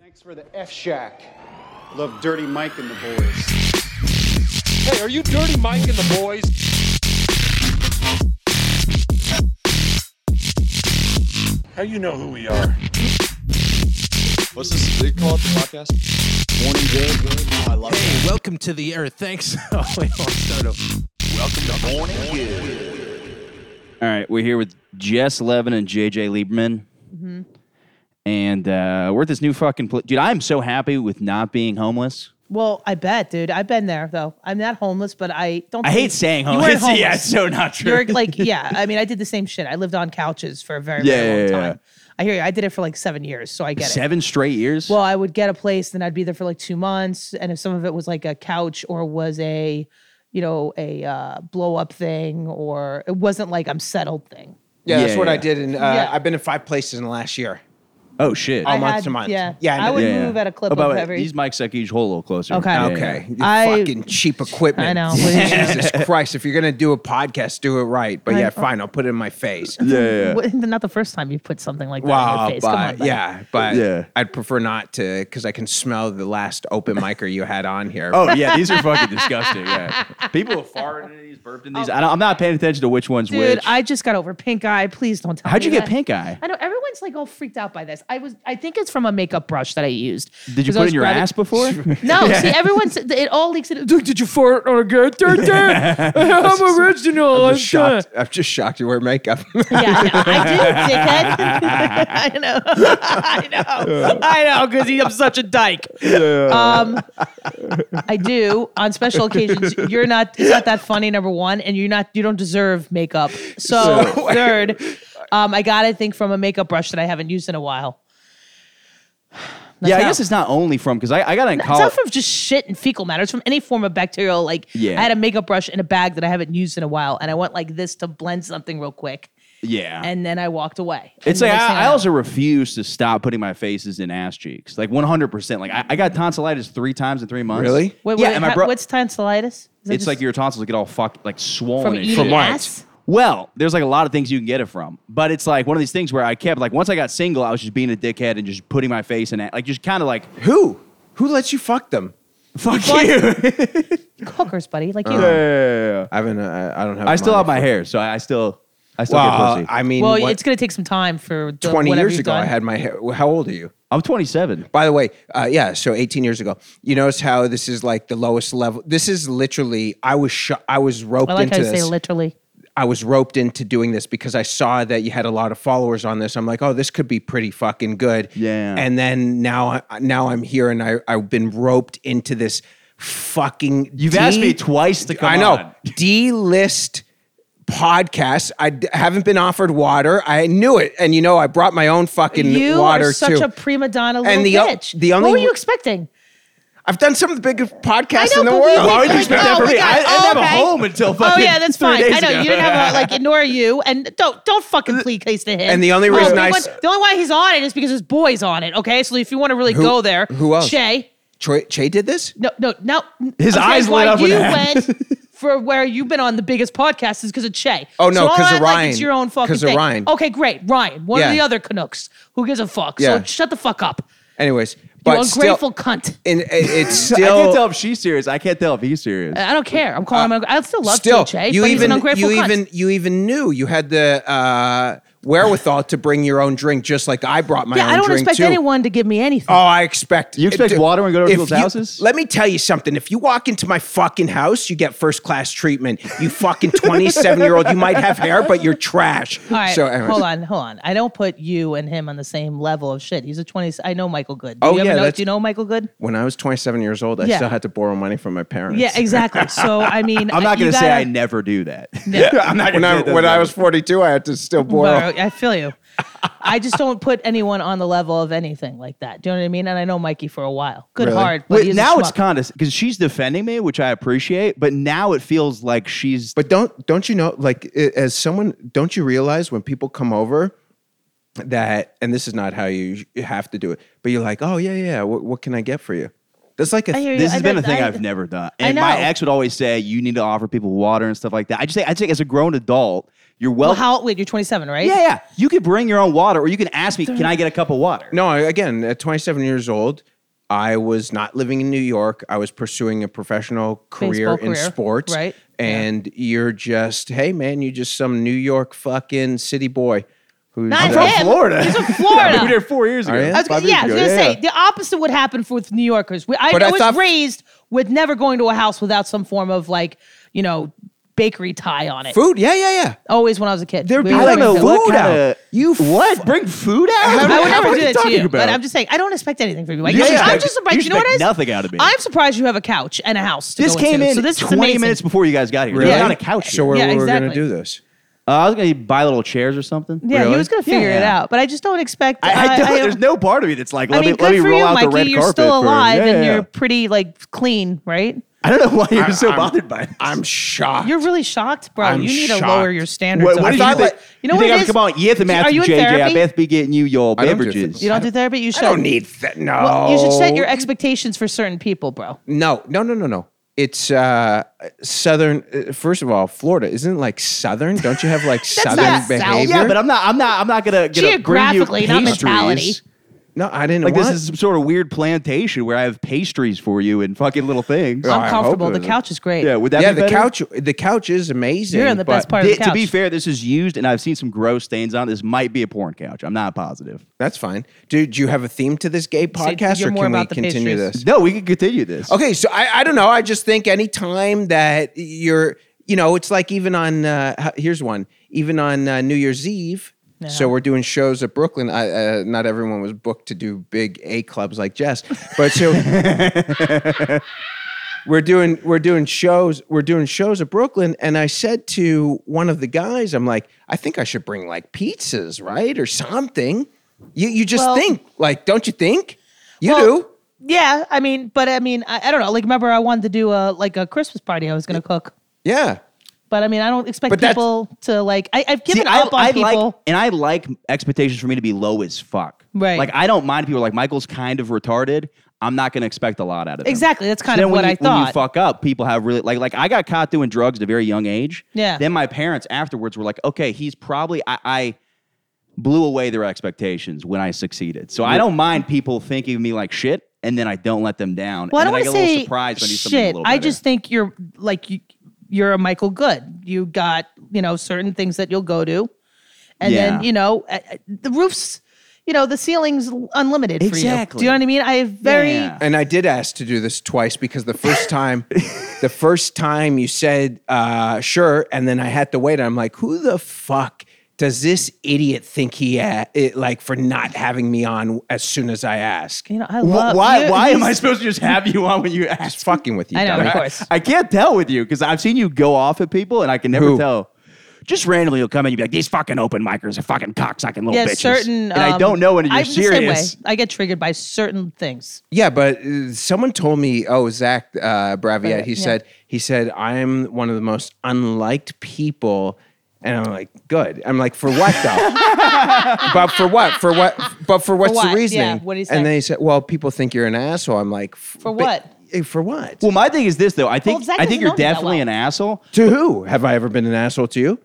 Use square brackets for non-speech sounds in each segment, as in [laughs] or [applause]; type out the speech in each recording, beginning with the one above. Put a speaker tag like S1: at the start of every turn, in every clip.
S1: Thanks for the F Shack. Love Dirty Mike and the boys.
S2: Hey, are you Dirty Mike and the boys? How you know who we are?
S3: What's this? They call it the podcast. Morning Good. I love
S4: Hey, welcome to the earth. Thanks. Oh, wait, I'll start over.
S5: All right, we're here with Jess Levin and JJ Lieberman. And uh, we're at this new fucking pla- dude. I'm so happy with not being homeless.
S6: Well, I bet, dude. I've been there though. I'm not homeless, but I don't.
S5: I hate
S6: think-
S5: saying
S6: You weren't
S5: homeless. [laughs]
S6: homeless.
S5: Yeah, it's so not true.
S6: You're like, yeah. I mean, I did the same shit. I lived on couches for a very,
S5: Yeah,
S6: very
S5: yeah,
S6: long
S5: yeah,
S6: time. I hear you. I did it for like seven years, so I get it.
S5: Seven straight years.
S6: Well, I would get a place, then I'd be there for like two months, and if some of it was like a couch or was a, you know, a uh, blow up thing, or it wasn't like I'm settled thing.
S7: Yeah, that's
S5: Yeah,
S7: what
S5: yeah.
S7: I did. And uh,
S6: Yeah.
S7: I've been in five places in the last year.
S5: oh shit.
S6: I
S7: Oh, month to month.
S6: Yeah,
S7: Yeah, I
S6: I,
S7: know.
S6: would
S5: Yeah, yeah.
S6: move at a clip
S5: Oh, by the
S6: of
S5: way,
S6: every.
S5: These mics suck each hole a little closer.
S6: Okay.
S5: Yeah, yeah,
S7: Okay,
S5: yeah.
S7: you
S6: I-
S7: fucking cheap equipment.
S6: I
S7: [laughs]
S6: know.
S7: Jesus Christ! If you're gonna do a podcast, do it right. But
S6: I
S7: yeah,
S6: know.
S7: fine. I'll put it in my face.
S5: Yeah, yeah.
S6: What- [laughs] not the first time you put something like that in
S7: Wow,
S6: your face. Come on,
S7: but
S6: buddy.
S7: yeah, but
S5: Yeah.
S7: I'd prefer not to because I can smell the last open micer you had on here.
S5: Oh yeah, these are fucking disgusting.
S6: [laughs]
S5: Yeah. People have farted in these, burped in these. I don't, I'm not paying attention to which one's
S6: Oh. Dude,
S5: which.
S6: I just got over pink eye. Please don't tell
S5: How'd
S6: me
S5: you get
S6: that.
S5: pink eye?
S6: I know everyone's like all freaked out by this. I was, I think it's from a makeup brush that I used.
S5: Did you
S6: 'Cause I
S5: put it
S6: was
S5: in your
S6: grabbing-
S5: ass
S6: [laughs]
S5: before? [laughs]
S6: No, see, everyone's it all leaks. In, Dude, did you fart
S5: Oh,
S6: on a good [laughs] dirt dirt? I'm original.
S7: I'm
S6: I'm
S7: just shocked.
S6: good."
S7: I'm just shocked you wear makeup. [laughs]
S6: Yeah, I know. I do, dickhead. [laughs] I know.
S5: [laughs]
S6: I know. I know, because I'm such a dyke. Um, I do on special occasions. You're not. It's not that funny. Number one, and you're not. You don't deserve makeup. So, third, um, I got I think from a makeup brush that I haven't used in a while.
S5: yeah, I
S6: how-
S5: guess it's not only from because I, I got in
S6: It's
S5: college.
S6: not from just shit and fecal matter. It's from any form of bacterial. Like
S5: Yeah.
S6: I had a makeup brush in a bag that I haven't used in a while, and I went like this to blend something real quick,
S5: yeah.
S6: and then I walked away.
S5: It's
S6: And
S5: like
S6: the next thing
S5: I, I
S6: know-
S5: also refuse to stop putting my faces in ass cheeks, like 100. percent Like I, I got tonsillitis three times in three months.
S7: Really?
S6: Wait,
S5: yeah,
S6: wait,
S5: and my
S6: how-
S5: bro-
S6: what's tonsillitis? Is that
S5: it's like
S6: just
S5: your tonsils get all fucked, like swollen.
S6: from
S5: and
S6: eating
S5: shit.
S6: ass. [laughs]
S5: Well, there's like a lot of things you can get it from, but it's like one of these things where I kept like once I got single, I was just being a dickhead and just putting my face in it, like just kind of like
S7: Who? Who lets you fuck them?
S5: fuck you.
S6: Hookers, buddy, like you.
S7: Uh, I haven't. Uh, I don't
S5: [laughs]
S7: have.
S5: I still
S7: mine.
S5: have my hair, so I, I still, I still
S7: Well,
S5: get pussy.
S7: I mean,
S6: well,
S7: what-
S6: it's gonna take some time for the,
S7: 20
S6: whatever
S7: years
S6: you've
S7: ago, I
S6: done.
S7: had my hair. How old are you?
S5: I'm 27.
S7: By the way, uh, yeah, so 18 years ago, you notice how this is like the lowest level. This is literally, I was sho I was roped
S6: I like how
S7: into
S6: you
S7: this.
S6: say literally.
S7: I was roped into doing this because I saw that you had a lot of followers on this. I'm like, oh, this could be pretty fucking good.
S5: Yeah.
S7: And then now, I- now I'm here, and I I've been roped into this fucking.
S5: You've asked me twice to come
S7: I know
S5: on. [laughs]
S7: D list podcast. I d- haven't been offered water. I knew it, and you know, I brought my own fucking
S6: you
S7: water
S6: are such
S7: too.
S6: a prima donna little
S7: the o-
S6: bitch.
S7: the only
S6: what were
S7: w-
S6: you expecting?
S7: [laughs] I've done some of the biggest
S6: I
S7: podcasts
S6: know,
S7: in the
S6: but we-
S7: world.
S6: we-
S5: Why would you
S6: like,
S5: expect
S6: oh
S5: that from
S6: my
S5: me?
S6: God,
S5: I, I didn't have
S6: okay.
S5: a home until
S6: Oh
S5: fucking
S6: yeah, that's
S5: three
S6: fine.
S5: days
S6: I know
S5: ago.
S6: you didn't have a, like nor you, and don't don't fucking plead case to him. Oh,
S7: And the only reason
S6: the
S7: I
S6: one-
S7: s-
S6: the only why he's on it is because his boy's on it. Okay, so if you want to really
S7: Who-
S6: go there,
S7: who else?
S6: Shay.
S7: Troy, Che did this?
S6: No, no, no.
S5: His
S6: I'm
S5: eyes
S6: saying why
S5: lit up when
S6: you
S5: it happened.
S7: [laughs]
S6: went for where you've been on the biggest podcast is because of Che.
S7: Oh, no,
S6: So all
S7: 'cause of
S6: that, like,
S7: Ryan.
S6: it's your own fucking
S7: 'Cause of
S6: thing.
S7: Ryan.
S6: Okay, great, Ryan, one
S7: Yeah.
S6: of the other Canucks. Who gives a fuck?
S7: Yeah.
S6: So shut the fuck up,
S7: Anyways,
S6: you
S7: but
S6: ungrateful
S7: still,
S6: cunt.
S7: and it-
S6: [laughs]
S7: it's
S5: I
S7: still
S5: can't tell if she's serious. I can't tell if he's serious.
S6: I don't care. I'm calling him. I still love
S7: Uh, still
S6: Che,
S7: you
S6: but
S7: even
S6: he's an ungrateful
S7: you
S6: cunt.
S7: even you even knew you had the uh, wherewithal to bring your own drink, just like I brought my
S6: yeah,
S7: own
S6: I don't
S7: drink
S6: expect
S7: too.
S6: anyone to give me anything.
S7: Oh, I expect
S5: You expect
S7: it-
S5: water when you go to
S7: if
S5: people's
S7: you-
S5: houses?
S7: Let me tell you something. If you walk into my fucking house, you get first class treatment. You fucking twenty seven year old. You might have hair, but you're trash.
S6: All right,
S7: so anyways.
S6: hold on, hold on. I don't put you and him on the same level of shit. He's a twenty. I know Michael Good. Do
S7: Oh,
S6: you ever
S7: yeah,
S6: know,
S7: that's-
S6: do you know Michael Good?
S7: When I was twenty seven years old, I
S6: Yeah.
S7: still had to borrow money from my parents.
S6: Yeah, exactly. So I mean,
S5: I'm not
S6: you
S5: going to say I
S6: gotta-
S5: never do that.
S6: [laughs]
S5: I'm not going
S7: [laughs] When
S5: to
S7: I,
S5: say that.
S7: when I was 42, I had to still borrow.
S6: Well, I feel you. I just don't put anyone on the level of anything like that. Do you know what I mean? And I know Mikey for a while. Good hard. But
S5: Wait,
S6: he's a
S5: now it's
S6: schmuck.
S5: kind of because she's defending me, which I appreciate. But now it feels like she's.
S7: But don't don't you know like i- as someone don't you realize when people come over that and this is not how you sh- you have to do it, but you're like, "Oh yeah, yeah, yeah, what, what can I get for you?" That's like a.
S6: I hear you.
S5: This has
S6: I
S5: been a
S6: don't-
S5: thing
S6: I-
S5: I, have never done.
S6: I
S5: And my
S6: know.
S5: ex would always say, "You need to offer people water and stuff like that." I just think, I think as a grown adult, you're well.
S6: Well, how? Wait, you're 27, right?
S5: yeah, yeah. You could bring your own water, or you can ask me, "Can I get a cup of water?"
S7: no, I- again, at 27 years old, I was not living in New York. I was pursuing a professional career
S6: Baseball
S7: in
S6: career,
S7: sports.
S6: right.
S7: And you're just, hey, man, you just some New York fucking city boy who's.
S6: Not
S7: uh,
S6: him.
S5: Florida. [laughs]
S6: He's from Florida.
S5: We were there four years ago.
S7: Are you?
S6: I was,
S7: Five years
S6: yeah, I was
S7: ago,
S6: gonna
S7: yeah,
S6: say
S7: yeah.
S6: the opposite would happen for with New Yorkers. We- I,
S7: But
S6: I,
S7: I
S6: was
S7: thought-
S6: raised with never going to a house without some form of like, you know, bakery tie on it.
S7: Food, yeah, yeah, yeah.
S6: Always when I was a kid.
S7: There'd
S6: We
S7: be
S6: were
S7: like
S6: always
S7: food
S6: built-
S7: out.
S5: kinda- [laughs]
S7: You
S5: What? Bring food out?
S6: I
S7: How
S6: would
S7: the hell
S6: never
S7: are
S6: do
S7: you
S6: that to
S7: talking
S6: you.
S7: about?
S6: But I'm just saying, I don't expect anything from you. Like,
S5: You
S6: I'm just-
S5: expect-
S6: I'm just surprised.
S5: you
S6: You, know what it is?
S5: expect nothing out of me.
S6: I'm surprised you have a couch and a house. To
S5: This
S6: go into,
S5: came in
S6: So this is
S5: 20
S6: amazing.
S5: minutes before you guys got here.
S7: Really?
S5: We're on a couch.
S7: So we're,
S6: Yeah,
S7: we're
S6: exactly.
S7: gonna do this.
S5: Uh, I was going to buy little chairs or something.
S6: Yeah,
S7: Really?
S6: he was gonna figure it
S5: Yeah.
S6: out, but I just don't expect.
S5: I, I
S6: uh,
S5: don't, there's no part of me that's like,
S6: I
S5: let
S6: mean,
S5: me, let
S6: good
S5: me
S6: for
S5: roll
S6: you,
S5: out
S6: Mikey.
S5: the red
S6: you're
S5: carpet.
S6: still
S5: for-
S6: alive
S5: Yeah,
S6: and
S5: yeah, yeah.
S6: you're pretty like clean, right?
S5: I don't know why you're so
S7: I'm-
S5: bothered by this.
S7: I'm shocked.
S6: You're really shocked, bro.
S7: I'm
S6: you need
S7: shocked.
S6: to lower your standards.
S5: what, what
S6: on
S5: did
S6: people.
S5: you think?
S6: You know
S5: you
S6: what
S5: think
S6: it
S5: I was,
S6: is?
S5: come on, yeah, the math
S6: Are you in
S5: JJ. I
S6: therapy?
S5: best be getting you your
S7: I don't do
S5: beverages.
S7: therapy.
S6: You don't do therapy. You should.
S7: I don't need that. No.
S6: Well, you should set your expectations for certain people, bro.
S7: No, no, no, no, no. It's uh, southern. uh, First of all, Florida isn't it, like southern. Don't you
S6: [laughs]
S7: have like southern
S6: not south.
S7: behavior?
S5: Yeah, but I'm not. I'm not. I'm not gonna, gonna bring you
S6: Geographically, not
S5: pastries.
S6: mentality.
S7: no, I didn't.
S5: Like
S7: want,
S5: this is some sort of weird plantation where I have pastries for you and fucking little things.
S7: Oh, I
S6: I'm
S7: hope
S6: comfortable.
S7: it
S6: The
S7: isn't.
S6: couch is great.
S5: yeah, would that
S7: yeah,
S5: be
S7: the
S5: better?
S7: couch. The couch is amazing.
S6: You're in the best
S7: but
S6: part of the
S5: Th-
S6: couch.
S5: to be fair, this is used, and I've seen some gross stains on it. This might be a porn couch. I'm not positive.
S7: That's fine, dude. Do you have a theme to this gay podcast,
S6: you're
S7: or
S6: more
S7: can we
S6: about the
S7: continue
S6: pastries.
S7: this?
S5: No, we can continue this.
S7: Okay, so I, I don't know. I just think anytime that you're, you know, it's like even on, uh, h- here's one, even on uh, New Year's Eve. So we're doing shows at Brooklyn. I, uh, not everyone was booked to do big A clubs like Jess,
S6: [laughs]
S7: but so we're doing we're doing shows we're doing shows at Brooklyn. And I said to one of the guys, I'm like, I think I should bring like pizzas, right, or something. You you just
S6: Well-
S7: think like, don't you think? You
S6: Well,
S7: do.
S6: Yeah, I mean, but I mean, I, I don't know. Like, remember, I wanted to do a like a Christmas party. I was gonna cook,
S7: Yeah.
S6: but I mean, I don't expect
S7: But that's-
S6: people to like. I, I've
S5: See,
S6: given
S5: I,
S6: up on
S5: I
S6: people.
S5: like, and I like expectations for me to be low as fuck.
S6: Right.
S5: Like I don't mind people like Michael's kind of retarded. I'm not going to expect a lot out of him.
S6: Exactly, that's kind
S5: then
S6: of
S5: when
S6: what
S5: you,
S6: I
S5: When you
S6: thought.
S5: fuck up, people have really like like I got caught doing drugs at a very young age.
S6: Yeah.
S5: Then my parents afterwards were like, okay, he's probably I. I blew away their expectations when I succeeded. So I don't mind people thinking of me like shit, and then I don't let them down.
S6: well, I
S5: and then I
S6: don't want to
S5: get a little
S6: say
S5: surprised when I do something a
S6: shit.
S5: little
S6: I
S5: better.
S6: just think you're like you, you're a Michael Good. You got you know certain things that you'll go to, and then
S5: Yeah.
S6: you know uh, uh, the roofs, you know the ceilings unlimited for you. Do
S5: Exactly.
S6: you know what I mean? I have very
S5: Yeah.
S7: And I did ask to do this twice because the first time, the first time you said uh, sure, and then I had to wait. I'm like, who the fuck does this idiot think he a- it, like for not having me on as soon as I ask?
S6: you know I
S5: Wh-
S6: love
S5: why?
S6: you-
S5: Why am I
S6: he's-
S5: supposed to just have you on when you ask?
S7: Just fucking with you.
S6: I know,
S7: dummy.
S6: of course.
S5: I can't tell with you because I've seen you go off at people and I can never
S7: Who?
S5: tell. Just randomly, you'll come in, you'll be like, these fucking open micers are fucking cocksucking little
S6: Yeah,
S5: bitches.
S6: certain.
S5: and I
S6: um,
S5: don't know when you're
S6: I'm
S5: serious.
S6: The same way. I get triggered by certain things.
S7: Yeah, but uh, someone told me, oh, Zach uh, Braviat, he
S6: yeah.
S7: said, he said, I'm one of the most unliked people. And I'm like, good. I'm like, for what though?
S6: [laughs]
S7: but for what? For what? But for what's
S6: what?
S7: the
S6: Yeah,
S7: reasoning?
S6: what do you say?
S7: And then he said, well, people think you're an asshole. I'm like, for
S6: what?
S7: For what?
S5: Well, my thing is this though. I think
S6: Well, Zach
S5: I
S6: doesn't
S5: think
S6: know
S5: you're
S6: me that
S5: definitely
S6: well.
S5: an asshole.
S7: to who? Have I ever been an asshole to you?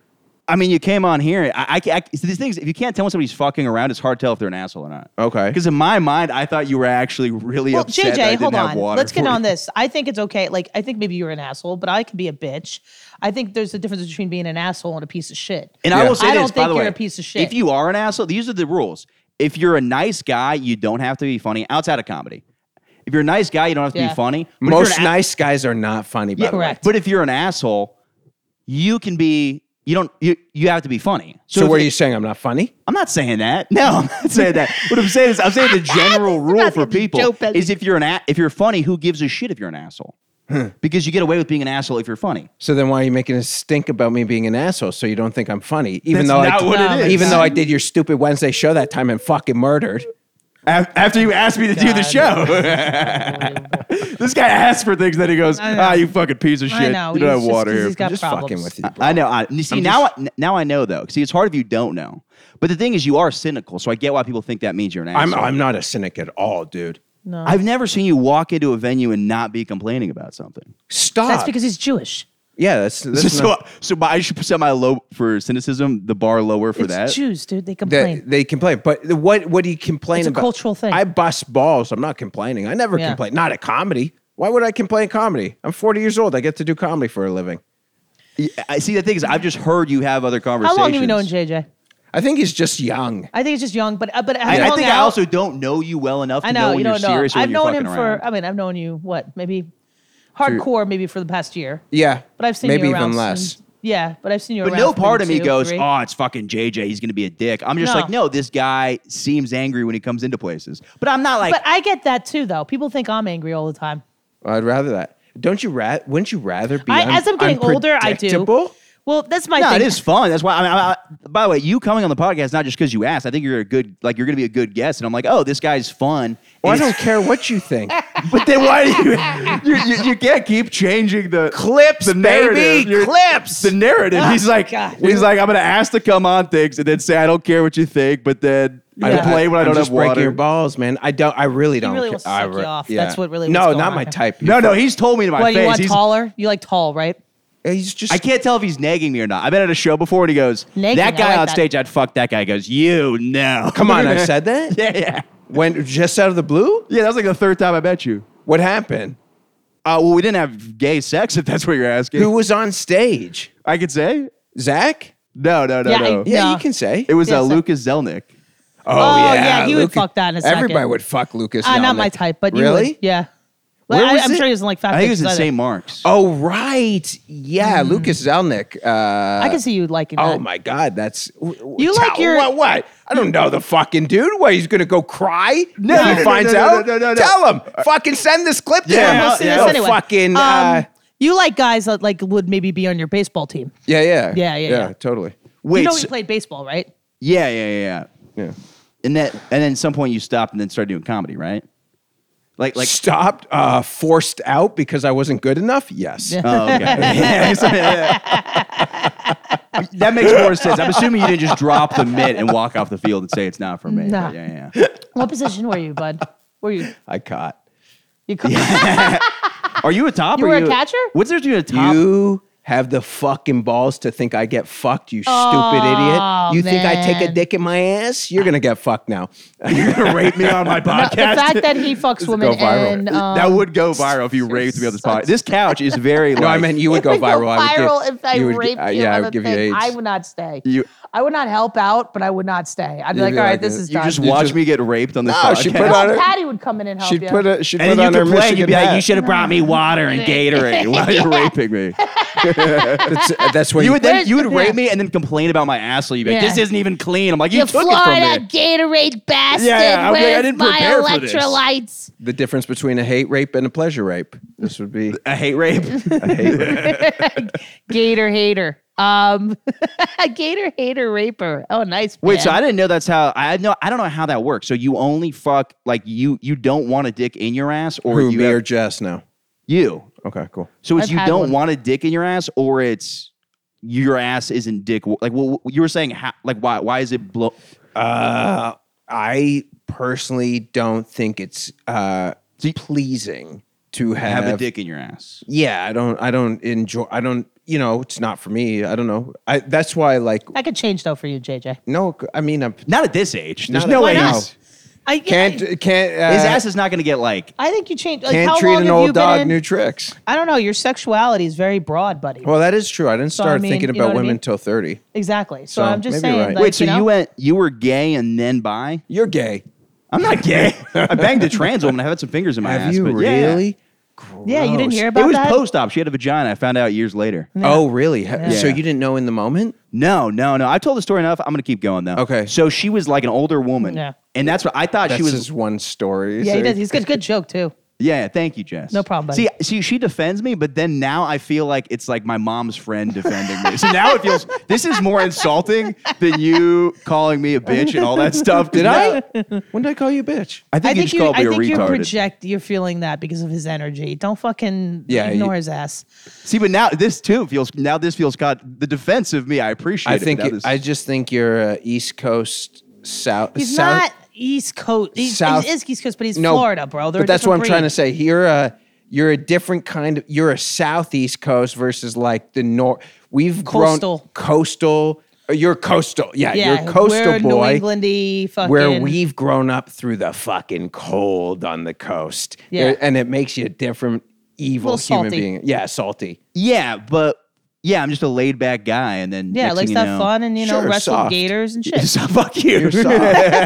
S5: I mean, you came on here. I, I, I so these things. If you can't tell when somebody's fucking around, it's hard to tell if they're an asshole or not.
S7: Okay.
S5: Because in my mind, I thought you were actually really
S6: Well,
S5: upset. that I
S6: JJ,
S5: didn't
S6: hold
S5: have
S6: on.
S5: water
S6: Let's get
S5: for
S6: on
S5: you.
S6: this. I think it's okay. Like, I think maybe you're an asshole, but I could be a bitch. I think there's a difference between being an asshole and a piece of shit.
S5: And I will say
S6: I
S5: this, by
S6: don't think
S5: the
S6: you're
S5: way,
S6: a piece of shit.
S5: If you are an asshole, these are the rules. If you're a nice guy, you don't have to be funny outside of comedy. If you're a nice guy, you don't have to
S6: Yeah.
S5: be funny. But if you're
S7: Most
S5: an a-
S7: nice guys are not funny. By the way.
S6: correct.
S5: But if you're an asshole, you can be. You don't. You you have to be funny.
S7: So,
S5: if
S7: what are
S5: it-
S7: you saying? I'm not funny?
S5: I'm not saying that. No, [laughs] I'm not saying that. what I'm saying is, I'm
S6: [laughs]
S5: saying the general rule for people is if you're an a- if you're funny, who gives a shit if you're an asshole?
S7: Hmm.
S5: because you get away with being an asshole if you're funny.
S7: So then why are you making a stink about me being an asshole? So you don't think I'm funny? Even
S5: That's
S7: though I
S5: not what
S6: it is.
S7: even though I did your stupid Wednesday show that time and fucking murdered.
S5: Af- After you asked me to do the show,
S6: [laughs]
S5: [laughs] this guy asks for things, then he goes,
S6: know.
S5: "Ah, you fucking piece of shit!
S6: I know.
S5: you don't
S6: he's
S5: have
S6: just-
S5: water
S6: 'cause
S5: here."
S6: He's got
S7: I'm just
S6: problems.
S7: fucking with you.
S5: I know. I, you see now, I, now I know though. See, it's hard if you don't know. But the thing is, you are cynical, so I get why people think that means you're an asshole.
S7: I'm I'm not a cynic at all, dude.
S6: No.
S5: I've never seen you walk into a venue and not be complaining about something.
S7: Stop.
S6: That's because he's Jewish.
S7: yeah, that's, that's
S5: so,
S7: not-
S5: so my, I should set my low for cynicism, the bar lower for
S6: it's
S5: that.
S6: Jews, dude. They
S7: they,
S6: complain.
S7: they complain. But the- what what do you complain
S6: It's a
S7: about?
S6: cultural thing.
S7: I bust balls. I'm not complaining. I never
S6: Yeah.
S7: complain. Not at comedy. Why would I complain at comedy? I'm 40 years old. I get to do comedy for a living.
S5: I see. The thing is, I've just heard you have other
S6: How
S5: conversations.
S6: long have you known JJ?
S7: I think he's just young.
S6: I think he's just young, but uh, but
S5: I,
S6: I've
S5: I
S6: hung
S5: think
S6: out.
S5: I also don't know you well enough to
S6: I know
S5: when
S6: you don't
S5: you're
S6: know.
S5: serious or
S6: I've
S5: when you're
S6: known him
S5: fucking around.
S6: for. I mean, I've known you what maybe hardcore, maybe for the past year.
S7: Yeah.
S6: But I've seen
S7: maybe
S6: you around
S7: even
S6: some-
S7: less.
S6: yeah, but I've seen you
S5: But
S6: around.
S5: no
S6: for
S5: part of
S6: maybe
S5: me
S6: two,
S5: goes,
S6: three.
S5: oh, it's fucking JJ. He's going to be a dick. I'm just
S6: No.
S5: like, no, this guy seems angry when he comes into places. But I'm not like,
S6: But I get that too, though. People think I'm angry all the time.
S7: I'd rather that. Don't you ra- wouldn't you rather be
S6: I,
S7: un-
S6: as I'm getting older, I do.
S7: unpredictable?
S6: Well, that's my
S5: no,
S6: thing.
S5: it is fun. That's why. I mean, I, I- by the way, you coming on the podcast not just because you asked. I think you're a good, like you're going to be a good guest. And I'm like, oh, this guy's fun.
S7: Well,
S5: [laughs]
S7: I
S5: And
S7: don't care what you think.
S6: [laughs]
S5: it's- but then why do
S7: [laughs]
S5: you, you, you? You can't keep changing the
S7: Clips,
S5: the narrative.
S7: baby,
S5: You're-
S7: clips.
S5: The narrative. he's like,
S6: Oh God.
S5: he's like, I'm going to ask to come on things and then say I don't care what you think, but then
S6: Yeah.
S5: complain when I
S7: I'm
S5: don't
S7: just
S5: have
S7: breaking
S5: water.
S7: your balls, man. I don't. I really don't.
S6: really
S7: care.
S6: wants to
S7: I
S6: suck you off. That's what really
S7: No,
S6: was going
S7: not
S6: on
S7: my
S6: here.
S7: type.
S5: No, no, he's told me to my
S6: What
S5: face.
S6: you want
S5: he's,
S6: taller? You like tall, right?
S7: He's just.
S5: I can't tell if he's nagging me or not. I've been at a show before and he goes,
S6: Nagging,
S5: that
S6: I
S5: guy
S6: like
S5: on
S6: that.
S5: stage, I'd fuck that guy. He goes, you no.
S7: Come on, I said
S5: [laughs]
S7: that
S5: yeah, yeah.
S7: when just out of the blue.
S5: Yeah, that was like the third time I met you.
S7: What happened?
S5: Uh, well, we didn't have gay sex, if that's what you're asking.
S7: Who was on stage?
S5: I could say?
S7: Zach?
S5: No, no, no,
S6: Yeah, I-
S5: no.
S7: Yeah,
S6: No.
S7: you can say.
S5: It was
S6: Yeah,
S5: uh,
S6: so-
S5: Lucas Zelnick.
S6: Oh, yeah, he would
S7: Lucas-
S6: fuck that in a second.
S7: Everybody would fuck Lucas.
S6: Uh, not
S7: Zelnick.
S6: my type, but
S7: really?
S6: you would, yeah.
S7: Where
S6: Well, I,
S7: was
S6: I'm
S7: it?
S6: sure he doesn't like fat.
S5: I think it was in
S6: chicks either.
S5: St. Mark's.
S7: Oh right, yeah,
S6: Hmm.
S7: Lucas Zelnick. Uh,
S6: I can see you liking.
S7: Oh
S6: that.
S7: my God, that's w- w-
S6: You like
S7: tell-
S6: your-
S7: what? What? I don't know the fucking dude. What? He's gonna go cry? No,
S5: no,
S7: he
S5: no,
S7: finds
S5: no, no,
S7: out.
S5: no, no, no.
S7: Tell him. Fucking send this clip to
S5: Yeah,
S7: him.
S5: I'm
S6: Most of
S5: yeah.
S6: this
S7: No
S6: anyway.
S7: Fucking.
S6: Um,
S7: uh,
S6: you like guys that like would maybe be on your baseball team.
S7: yeah, yeah,
S6: Yeah, yeah, yeah.
S7: Totally.
S5: Wait.
S6: you know
S5: so-
S6: you played baseball, right?
S5: yeah, yeah, yeah, yeah.
S7: Yeah.
S5: And that, and then at some point you stopped and then started doing comedy, right? Like, like.
S7: Stopped, uh, forced out because I wasn't good enough. Yes. Uh,
S5: [laughs] Oh, okay. that makes more sense. I'm assuming you didn't just drop the mitt and walk off the field and say it's not for me.
S6: Nah.
S5: Yeah, yeah.
S6: What position were you, bud? Were you?
S7: I caught.
S6: You [laughs] could,
S5: Are you a top?
S6: You
S5: or
S6: were a catcher?
S5: What's there between a top?
S7: You have the fucking balls to think I get fucked, you stupid
S6: Oh,
S7: idiot. You think I take a
S6: man.
S7: dick in my ass? You're gonna get fucked now.
S5: You're gonna rape me [laughs] on my podcast.
S6: the fact that he fucks women
S7: viral.
S6: and um,
S5: that would go viral if
S6: [laughs]
S5: you raped me on this podcast. This couch is very.
S7: No, I
S5: like-
S7: meant you would
S6: it
S7: go viral. I would
S6: viral
S7: give-
S6: if I
S7: you would,
S6: raped
S7: uh,
S6: you.
S7: yeah, I
S6: on
S7: would
S6: the
S7: give you
S6: thing.
S7: AIDS.
S6: I would not stay.
S5: You-
S6: I would not help out, but I would not stay. I'd be
S7: You'd
S6: like,
S7: be
S6: all right,
S7: like,
S6: this
S7: uh,
S6: is
S5: You
S6: done.
S5: just
S7: You
S5: watch
S7: just-
S5: me get raped on this
S7: No,
S5: podcast.
S7: Oh, she put [laughs] on
S6: No,
S7: her-
S6: Patty would come in and help
S7: She'd
S6: you.
S7: put a she'd
S5: and
S7: put
S5: then
S7: on
S5: you
S7: her
S5: complain.
S7: Michigan
S5: You'd be like,
S7: hat.
S5: "You should have
S6: [laughs]
S5: brought me water and [laughs] Gatorade while you're raping me."
S7: That's, uh, that's where
S5: You
S7: you,
S5: would then
S6: Where's
S5: you
S6: the-
S5: would
S6: yeah.
S5: rape me and then complain about my asshole. You'd be like,
S6: Yeah.
S5: "This isn't even clean." I'm like, "You,
S6: You
S5: took it
S6: Florida
S5: from me."
S6: Gatorade bastard.
S5: Yeah, yeah, I was like, I
S6: Where's
S5: didn't
S6: my
S5: prepare for this.
S6: electrolytes?
S7: the difference between a hate rape and a pleasure rape. This would be
S5: I hate [laughs]
S6: [laughs]
S5: rape.
S7: a hate rape.
S6: Gator hater. Um, [laughs] Gator hater raper. Oh, nice.
S5: Wait,
S6: man.
S5: so I didn't know that's how I know I don't know how that works. So you only fuck like you you don't want a dick in your ass or
S7: Who
S5: you
S7: me
S5: have-
S7: or Jess now?
S5: you.
S7: Okay, cool.
S5: So it's
S6: I've
S5: you
S6: had
S5: don't
S6: one.
S5: want a dick in your ass or it's your ass isn't dick like well you were saying how, like why why is it blow
S7: I personally don't think it's uh, pleasing to have,
S5: have a dick in your ass?
S7: Yeah, I don't. I don't enjoy. I don't. You know, it's not for me. I don't know. I that's why. Like,
S6: That could change though for you, JJ.
S7: no. I mean, I'm
S5: Not at this age. There's
S7: Not
S5: no way.
S7: at- Why
S5: he's-
S6: I
S7: can't
S6: I,
S7: can't uh,
S5: his ass is not going to get like
S6: I think you changed. Like,
S7: can't
S6: how
S7: treat
S6: long
S7: an
S6: have
S7: old
S6: you been
S7: dog
S6: in-
S7: new tricks.
S6: I don't know. Your sexuality is very broad, buddy.
S7: Well, that is true. I didn't
S6: I
S7: start
S6: mean,
S7: thinking
S6: you know
S7: about
S6: what I
S7: women
S6: mean?
S7: till thirty.
S6: exactly. So,
S7: so,
S6: I'm just
S7: maybe
S6: saying.
S7: you're right.
S6: Like,
S5: Wait, so
S6: know?
S5: you went you were gay and then bi?
S7: You're gay.
S5: I'm not gay. I banged a trans woman. I had some fingers in my
S7: Have
S5: ass.
S7: you
S5: but yeah.
S7: really?
S6: Yeah, you didn't
S7: Gross.
S6: hear about
S5: It was
S6: that.
S5: post op. She had a vagina. I found out years later.
S7: Oh, really? Ha- So
S5: Yeah.
S7: you didn't know in the moment?
S5: No, no, no. I told the story enough. I'm going to keep going though.
S7: Okay.
S5: So she was like an older woman.
S6: Yeah.
S5: And that's what I thought
S7: That's
S5: she was.
S7: his one story.
S6: yeah,
S7: so-
S6: he does. He's got a good joke too.
S5: yeah. Thank you, Jess.
S6: No problem, buddy.
S5: See, see, she defends me, but then now I feel like it's like my mom's friend defending me. So now it feels this is more insulting than you calling me a bitch and all that stuff.
S7: Did I? [laughs] When did I call you a bitch?
S5: I think you just
S6: you.
S5: called
S6: I
S5: me a
S6: think you
S5: retard.
S6: project. You're feeling that because of his energy. Don't fucking
S7: Yeah,
S6: ignore
S7: you-
S6: his ass.
S5: see, but now this too feels now this feels got the defense of me. I appreciate
S7: I
S5: it.
S7: think
S5: but now
S7: you-
S5: this-
S7: I just think you're uh, East Coast South.
S6: He's
S7: South-
S6: not. East Coast. He's,
S7: South-
S6: he is East Coast, but he's Florida, bro. They're a
S7: but that's what I'm
S6: different
S7: trying
S6: breed.
S7: to say. You're a you're a different kind of you're a southeast coast versus like the north. We've
S6: Coastal.
S7: grown coastal. You're coastal, yeah.
S6: Yeah,
S7: you're coastal
S6: we're
S7: boy.
S6: New Englandy fucking.
S7: where we've grown up through the fucking cold on the coast.
S6: Yeah.
S7: And it makes you a different evil
S6: Little
S7: human
S6: salty.
S7: being. Yeah, salty.
S5: Yeah, but yeah, I'm just a laid back guy, and then
S6: yeah,
S5: next
S6: likes
S5: thing
S6: to
S5: you
S6: have
S5: know-
S6: fun and you know
S7: Sure,
S6: wrestle
S7: soft.
S6: gators
S7: [laughs]
S6: and shit.
S5: So [laughs] fuck you.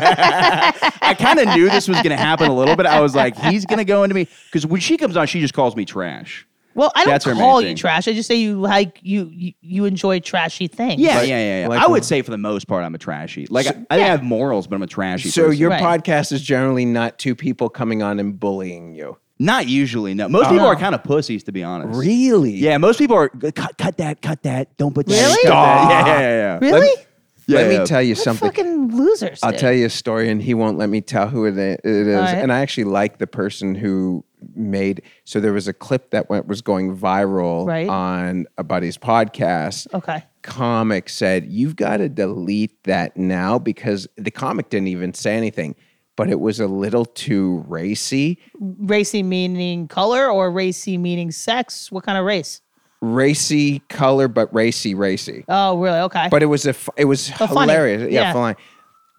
S5: I kind of knew this was gonna happen a little bit. I was like, he's gonna go into me because when she comes on, she just calls me trash.
S6: Well, I don't
S5: That's her main
S6: call you
S5: thing.
S6: trash. I just say you like you you, you enjoy trashy things.
S5: Yeah, yeah, yeah. yeah.
S7: like
S5: I
S7: a-
S5: would say for the most part, I'm a trashy. Like I, I
S6: yeah.
S5: have morals, but I'm a trashy.
S7: So
S5: person.
S7: your
S6: Right.
S7: podcast is generally not two people coming on and bullying you.
S5: not usually no. Most people
S6: No.
S5: are kind of pussies, to be honest.
S7: Really?
S5: Yeah, most people are cut, cut that, cut that. Don't put that. in,
S6: Really?
S5: cut that." Yeah, yeah, yeah. yeah.
S6: Really?
S7: Let
S5: Yeah,
S7: me
S5: yeah.
S7: tell you
S6: What
S7: something.
S6: fucking losers.
S7: I'll
S6: dude.
S7: tell you a story, and he won't let me tell who it i- it is.
S6: right.
S7: And I actually like the person who made. So there was a clip that went was going viral
S6: Right.
S7: on a buddy's podcast.
S6: Okay.
S7: Comic said, "You've got to delete that now because the comic didn't even say anything, but it was a little too racy.
S6: Racy meaning color or racy meaning sex? What kind of race?
S7: Racy color, but racy, racy.
S6: Oh, really? Okay.
S7: But it was a f- it was
S6: But Oh, funny.
S7: hilarious. Yeah,
S6: Yeah.
S7: funny.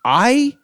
S7: I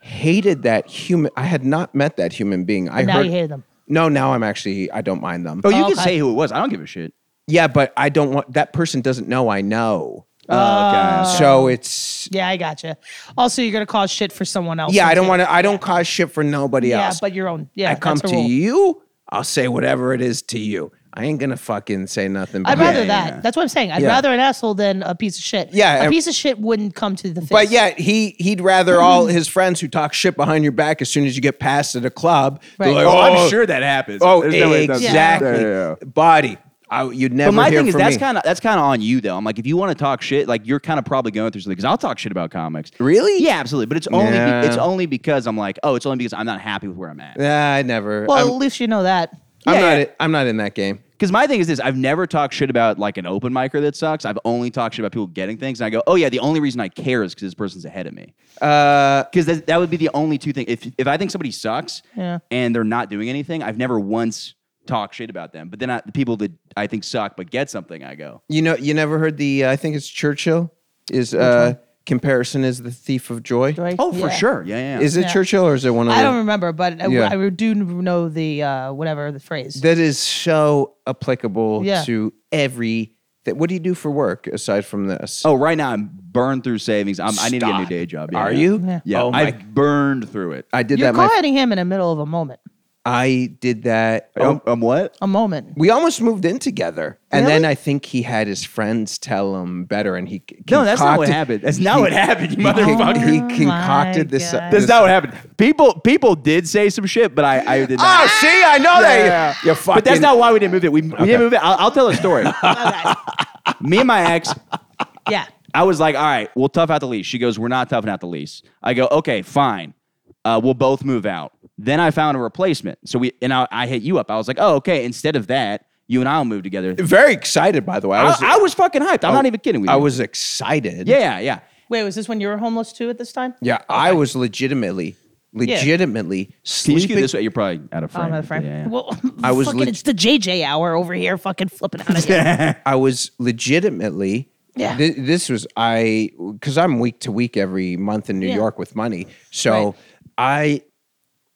S7: hated that human. I had not met that human being. I
S6: now
S7: heard
S6: you hate them.
S7: No, now I'm actually I don't mind them.
S5: Oh, you can
S6: Okay.
S5: say who it was. I don't give a shit.
S7: Yeah, but I don't want that person doesn't know I know.
S5: Uh,
S7: so it's
S6: Yeah, I gotcha. Also, you're gonna cause shit for someone else.
S7: yeah, I
S6: That's
S7: don't
S6: it.
S7: want to I don't cause shit for nobody
S6: Yeah,
S7: else.
S6: but your own. Yeah,
S7: I come
S6: that's a
S7: to
S6: rule.
S7: you, I'll say whatever it is to you. I ain't gonna fucking say nothing.
S6: I'd
S7: behind
S6: rather
S7: it.
S6: that. That's what I'm saying. I'd
S7: Yeah.
S6: rather an asshole than a piece of shit.
S7: Yeah,
S6: a
S7: and-
S6: piece of shit wouldn't come to the face.
S7: But yet he he'd rather all
S5: Mm-hmm.
S7: his friends who talk shit behind your back as soon as you get past at a club. they're
S6: Right.
S7: like,
S6: Oh,
S7: oh,
S5: I'm sure that happens.
S7: Oh,
S5: There's no way it doesn't.
S7: exactly.
S5: Yeah, yeah, yeah.
S7: Body. I, you'd never.
S5: But my
S7: hear
S5: thing is
S7: from
S5: that's
S7: me.
S5: kind of that's kind of on you though. I'm like, if you want to talk shit, like you're kind of probably going through something because I'll talk shit about comics.
S7: Really?
S5: Yeah, absolutely. But it's only be-
S7: Yeah.
S5: it's only because I'm like, oh, it's only because I'm not happy with where I'm at.
S7: Nah, I never.
S6: well,
S7: I'm-
S6: at least you know that.
S7: I'm
S5: Yeah,
S7: not.
S5: yeah.
S7: I'm not in that game.
S5: Because my thing is this: I've never talked shit about like an open micer that sucks. I've only talked shit about people getting things, and I go, oh yeah, the only reason I care is because this person's ahead of me.
S7: Uh,
S5: Because that, that would be the only two things. If if I think somebody sucks
S6: Yeah.
S5: and they're not doing anything, I've never once talked shit about them. But then I, the people that I think suck but get something, I go,
S7: You know. You never heard the. Uh, I think it's Churchill. Is uh, comparison is the thief of joy?
S6: Right?
S5: oh for
S6: Yeah.
S5: sure, yeah, yeah. yeah.
S7: Is it
S6: Yeah.
S7: Churchill or is it one of?
S6: I
S7: the-
S6: don't remember, but I,
S7: Yeah.
S6: I do know the uh, whatever the phrase.
S7: That is so applicable
S6: Yeah.
S7: to every. That, what do you do for work aside from this?
S5: Oh, right now I'm burned through savings. I'm, I need to get a new
S7: Stop.
S5: day job.
S7: Are you? Yeah.
S5: Yeah,
S7: Oh my-
S5: I've burned through it.
S7: I did
S6: You're
S7: that. My,
S6: calling him in the middle of a moment.
S7: I did that. oh,
S5: Um, um, what?
S6: A
S7: [laughs]
S6: moment.
S7: We almost moved in together, and
S6: Really?
S7: then I think he had his friends tell him better, and he c-
S5: No, that's not what
S7: concocted-
S5: happened. That's not what happened, you motherfucker.
S7: He
S6: Oh
S7: concocted
S6: my
S7: this.
S6: God.
S5: That's
S7: this
S5: not what happened. People people did say some shit, but I, I did not.
S7: oh, see, I know that. You are fucking.
S5: but that's not why we didn't move it. We, we didn't move it. I'll, I'll tell a
S7: [laughs]
S5: story.
S6: Okay.
S5: Me and my ex,
S6: yeah.
S5: I was like, all right, we'll tough out the lease. She goes, we're not toughing out the lease. I go, okay, fine. Uh, we'll both move out. Then I found a replacement. So we and I, I hit you up. I was like, oh, okay. Instead of that, you and I will move together.
S7: very excited. By the way, I
S5: I
S7: was. Oh,
S5: was, I, was fucking hyped. I'm not even kidding with you.
S7: I was excited.
S5: Yeah, yeah.
S6: Wait, was this when you were homeless too at this time?
S7: yeah. I was legitimately, legitimately
S5: Can you just
S7: sleeping.
S5: get this way? You're probably out of
S6: Oh,
S5: frame.
S6: my friend.
S5: Yeah, yeah.
S6: Well,
S7: I was
S6: fucking,
S7: leg-
S6: it's the JJ hour over here, fucking flipping
S7: [laughs]
S6: out of here.
S7: I was legitimately.
S6: Yeah.
S7: thi- this was I because I'm week to week every month in New
S6: Yeah.
S7: York with money. So
S6: Right.
S7: I,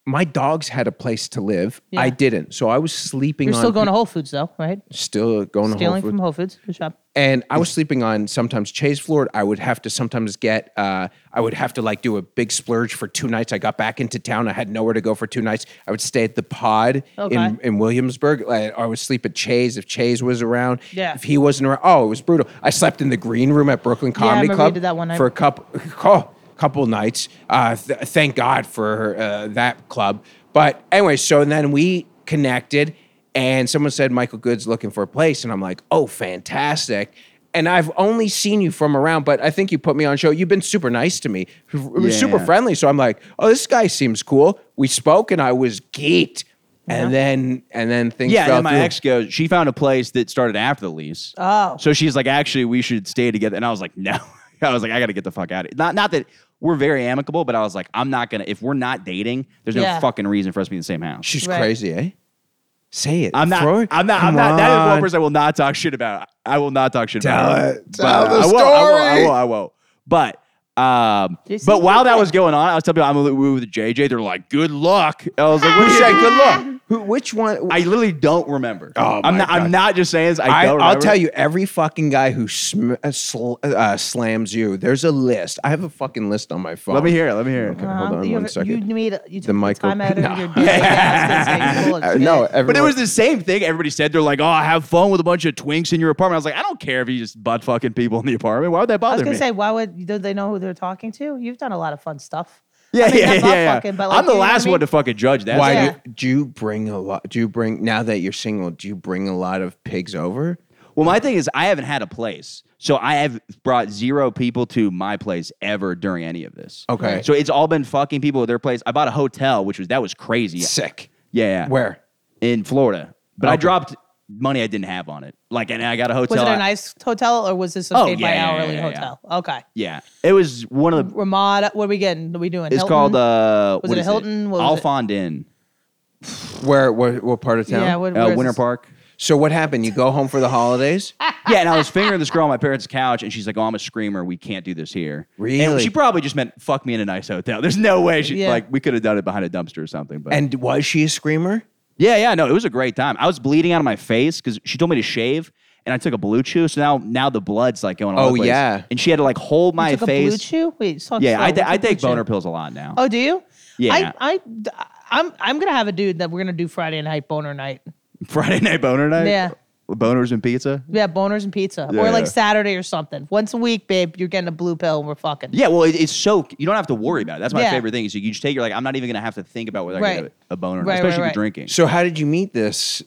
S7: my dogs had a place to live. I
S6: Yeah.
S7: didn't. So I was sleeping.
S6: You're
S7: on
S6: still going to Whole Foods though, right?
S7: still going to Whole
S6: Stealing
S7: Foods.
S6: from Whole Foods. Good job.
S7: and I was sleeping on sometimes Chase floor. I would have to sometimes get, uh, I would have to like do a big splurge for two nights. I got back into town. I had nowhere to go for two nights. I would stay at the pod
S6: Okay.
S7: in, in Williamsburg. I, I would sleep at Chase if Chase was around.
S6: Yeah.
S7: If he wasn't around, oh, it was brutal. I slept in the green room at Brooklyn
S6: I
S7: Comedy
S6: remember you
S7: Club
S6: did that one night.
S7: for a couple, oh, couple nights. Uh, th- thank God for uh, that club. But anyway, so then we connected, and someone said Michael Good's looking for a place, and I'm like, oh, fantastic. And I've only seen you from around, but I think you put me on show. You've been super nice to me, f- super
S5: Yeah.
S7: friendly. So I'm like, oh, this guy seems cool. We spoke, and I was geeked. And then, and then things.
S5: Yeah, and
S7: fell
S5: then my
S7: through.
S5: ex goes, she found a place that started after the lease.
S6: Oh.
S5: [laughs] So she's like, actually, we should stay together. And I was like, no. I was like, I got to get the fuck out of here. Not, not that We're very amicable, but I was like, I'm not gonna. If we're not dating, there's no
S6: Yeah.
S5: fucking reason for us to be in the same house.
S7: She's
S6: Right.
S7: crazy, eh? Say it.
S5: I'm not.
S7: Throw it-
S5: I'm not. I'm
S7: Come
S5: not. That is one
S7: on.
S5: person I will not talk shit about. I will not talk shit
S7: Tell
S5: about. her.
S7: it. Tell
S5: uh,
S7: the
S5: I won't, I
S7: story.
S5: won't. I won't. I won't. But. Um,
S6: Just
S5: but
S6: say
S5: while that
S6: it.
S5: was going on, I was telling people I'm a little with JJ. They're like, "Good luck." I was like, "What do you say?
S6: [laughs]
S5: Good luck."
S7: Who, which one?
S5: I literally don't remember.
S7: Oh,
S5: I'm
S7: my
S5: not. I'm
S7: God.
S5: not just saying this. I,
S7: I,
S5: don't.
S7: I'll
S5: remember.
S7: tell you, every fucking guy who sm- uh, sl- uh, slams you, there's a list. I have a fucking list on my phone.
S5: Let me hear it. Let me hear it.
S7: Okay, hold on
S6: Uh-huh. you
S7: one
S6: ever-
S7: second.
S6: You made a- you took the,
S7: mic
S6: time
S7: will-
S6: out of
S7: No.
S6: your busy
S5: [laughs]
S6: ass to say full of
S7: [laughs] Uh,
S6: shit.
S7: no, everyone,
S5: But it was the same thing everybody said. They're like, oh, have fun with a bunch of twinks in your apartment. I was like, I don't care if you just butt fucking people in the apartment. Why would that
S6: I was
S5: bother
S6: gonna
S5: me?
S6: say, why would do they know who they're talking to? You've done a lot of fun stuff.
S5: yeah,
S6: I mean,
S5: yeah,
S6: not
S5: yeah,
S6: butt
S5: yeah.
S6: fucking, but like,
S5: I'm the
S6: you know what I
S5: last
S6: mean?
S5: one to fucking judge that.
S7: Why
S6: Yeah.
S7: do, do you bring a lot? Do you bring now that you're single? Do you bring a lot of pigs over?
S5: Well, my thing is, I haven't had a place. So I have brought zero people to my place ever during any of this.
S7: Okay.
S5: So it's all been fucking people at their place. I bought a hotel, which was, that was crazy.
S7: Sick.
S5: Yeah. yeah.
S7: Where?
S5: In Florida. But I
S7: Okay.
S5: dropped money I didn't have on it. Like, and I got a hotel.
S6: Was it a
S5: I-
S6: nice hotel or was this a
S5: Oh,
S6: paid by
S5: yeah, yeah, yeah,
S6: hourly
S5: yeah, yeah.
S6: hotel? Okay.
S5: yeah. It was one of the
S6: Ramada, what are we getting? What are we doing?
S5: It's
S6: Hilton?
S5: called uh,
S6: Was
S5: what
S6: it a
S5: is
S6: Hilton? What was it?
S5: Alfond Inn,
S7: Where? Where? What part of town?
S6: yeah, what,
S5: uh,
S6: where's
S5: Winter
S6: this?
S5: Park.
S7: So what happened? You go home for
S6: [laughs]
S7: the holidays?
S5: yeah, and I was fingering this girl on my parents' couch, and she's like, "Oh, I'm a screamer. We can't do this here." And
S7: Really?
S5: she probably just meant fuck me in a nice hotel. There's no way she
S6: Yeah.
S5: like we could have done it behind a dumpster or something. But
S7: and was she a screamer?
S5: yeah, yeah, no, it was a great time. I was bleeding out of my face because she told me to shave. And I took a blue chew, so now now the blood's like going all
S7: Oh,
S5: over the place.
S7: yeah.
S5: and she had to like hold my
S6: You took
S5: face.
S6: a blue chew? Wait, so
S5: Yeah,
S6: so
S5: I,
S6: what's
S5: th-
S6: a
S5: I
S6: blue
S5: take
S6: chew?
S5: boner pills a lot now. [laughs]
S6: Oh, do you?
S5: Yeah.
S6: I, I, I'm, I'm gonna have a dude that we're gonna do Friday night boner night.
S5: Friday night boner night.
S6: Yeah.
S5: boners and pizza.
S6: Yeah, boners and pizza,
S5: Yeah,
S6: or like
S5: yeah.
S6: Saturday or something. Once a week, babe, you're getting a blue pill and we're fucking.
S5: Yeah, well, it, it's so you don't have to worry about it. That's my
S6: Yeah.
S5: favorite thing is you, you just take. You're like, I'm not even gonna have to think about whether I
S6: Right.
S5: get a, a boner, or not,
S6: Right,
S5: especially
S6: right,
S5: if
S6: right.
S5: you're drinking.
S7: So how did you meet this?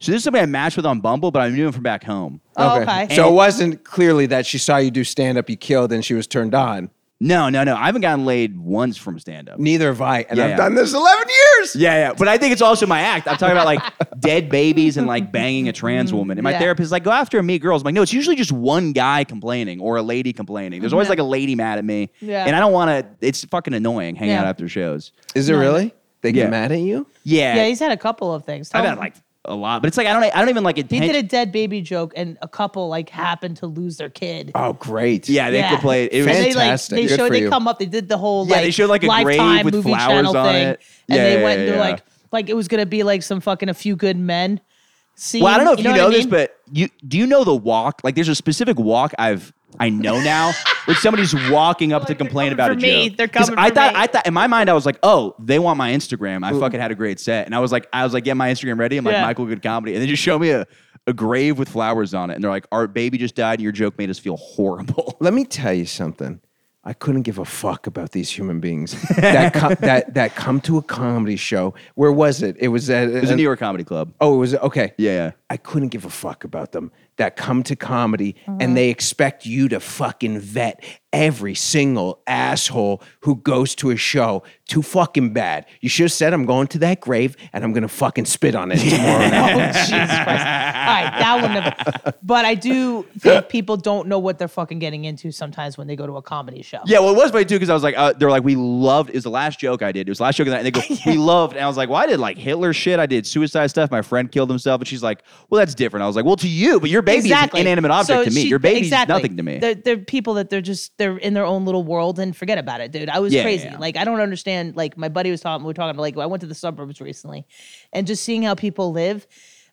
S5: So this is somebody I matched with on Bumble, but I knew him from back home.
S6: Oh, okay.
S7: So it wasn't clearly that she saw you do stand up, you killed, and she was turned on.
S5: No, no, no. I haven't gotten laid once from stand up.
S7: Neither have I, and
S5: Yeah,
S7: I've
S5: yeah.
S7: done this eleven years.
S5: Yeah, yeah. But I think it's also my act. I'm talking about
S6: [laughs]
S5: like dead babies and like banging a trans woman. And my
S6: Mm, Yeah.
S5: therapist is like, go after me, girls. I'm like, no, it's usually just one guy complaining or a lady complaining. There's always like a lady mad at me.
S6: Yeah.
S5: And I don't want to, it's fucking annoying hanging
S6: Yeah.
S5: out after shows.
S7: Is it really? They get
S5: Yeah.
S7: mad at you?
S5: Yeah.
S6: yeah, he's had a couple of things.
S5: I've
S6: Tell
S5: had
S6: him.
S5: like a lot, but it's like, I don't, I don't even like it.
S6: he did a dead baby joke, and a couple like happened to lose their kid.
S7: Oh, great.
S5: Yeah, Uh, they
S6: Yeah.
S5: complained. It was
S6: And they like
S7: Fantastic.
S6: they
S7: Good
S6: showed
S7: for
S6: they
S7: you.
S6: come up. They did the whole
S5: Yeah,
S6: like
S5: they showed, like, a
S6: lifetime
S5: grave with
S6: movie
S5: flowers
S6: channel
S5: on
S6: thing,
S5: it.
S6: and
S5: Yeah,
S6: they
S5: yeah,
S6: went
S5: yeah,
S6: through
S5: yeah.
S6: like like it was gonna be like some fucking a few good men. Scene.
S5: Well, I don't know if you know,
S6: what I
S5: this,
S6: mean?
S5: but you do you know the walk? Like, there's a specific walk I've I know
S6: [laughs]
S5: now when somebody's walking up to
S6: Like, they're
S5: complain
S6: coming
S5: about
S6: for
S5: a
S6: me.
S5: joke.
S6: They're
S5: 'Cause
S6: coming
S5: I
S6: for
S5: thought
S6: me.
S5: I thought in my mind I was like, oh, they want my Instagram. I fucking had a great set, and I was like, I was like, yeah, my Instagram ready. I'm like
S6: Yeah.
S5: Michael Good Comedy, and they just show me a. A grave with flowers on it, and they're like, "Our baby just died, and your joke made us feel horrible." [laughs]
S7: Let me tell you something. I couldn't give a fuck about these human beings [laughs] that come, that that come to a comedy show. Where was it? It was at. uh,
S5: It was a New York comedy club.
S7: Oh, it was okay.
S5: Yeah, yeah.
S7: I couldn't give a fuck about them that come to comedy and they expect you to fucking vet every single asshole who goes to a show too fucking bad. You should have said, I'm going to that grave and I'm going to fucking spit [laughs] on it tomorrow
S6: [laughs]
S7: night.
S6: Oh, Jesus Christ. All right, that one. Never, but I do think people don't know what they're fucking getting into sometimes when they go to a comedy show.
S5: Yeah, well, it was funny too because I was like, uh, they're like, we loved. It was the last joke I did. It was the last joke of the
S6: [laughs]
S5: night. And they go, we loved. And I was like, well, I did like Hitler shit. I did suicide stuff. My friend killed himself. And she's like, well, that's different. I was like, well, to you, but your baby
S6: exactly.
S5: is an inanimate object
S6: So
S5: to me.
S6: she-
S5: your baby's
S6: exactly.
S5: nothing to me.
S6: They're, they're people that they're just they're in their own little world and forget about it, dude. I was
S5: Yeah,
S6: crazy.
S5: yeah.
S6: Like I don't understand. Like my buddy was talking. We were talking about like I went to the suburbs recently, and just seeing how people live.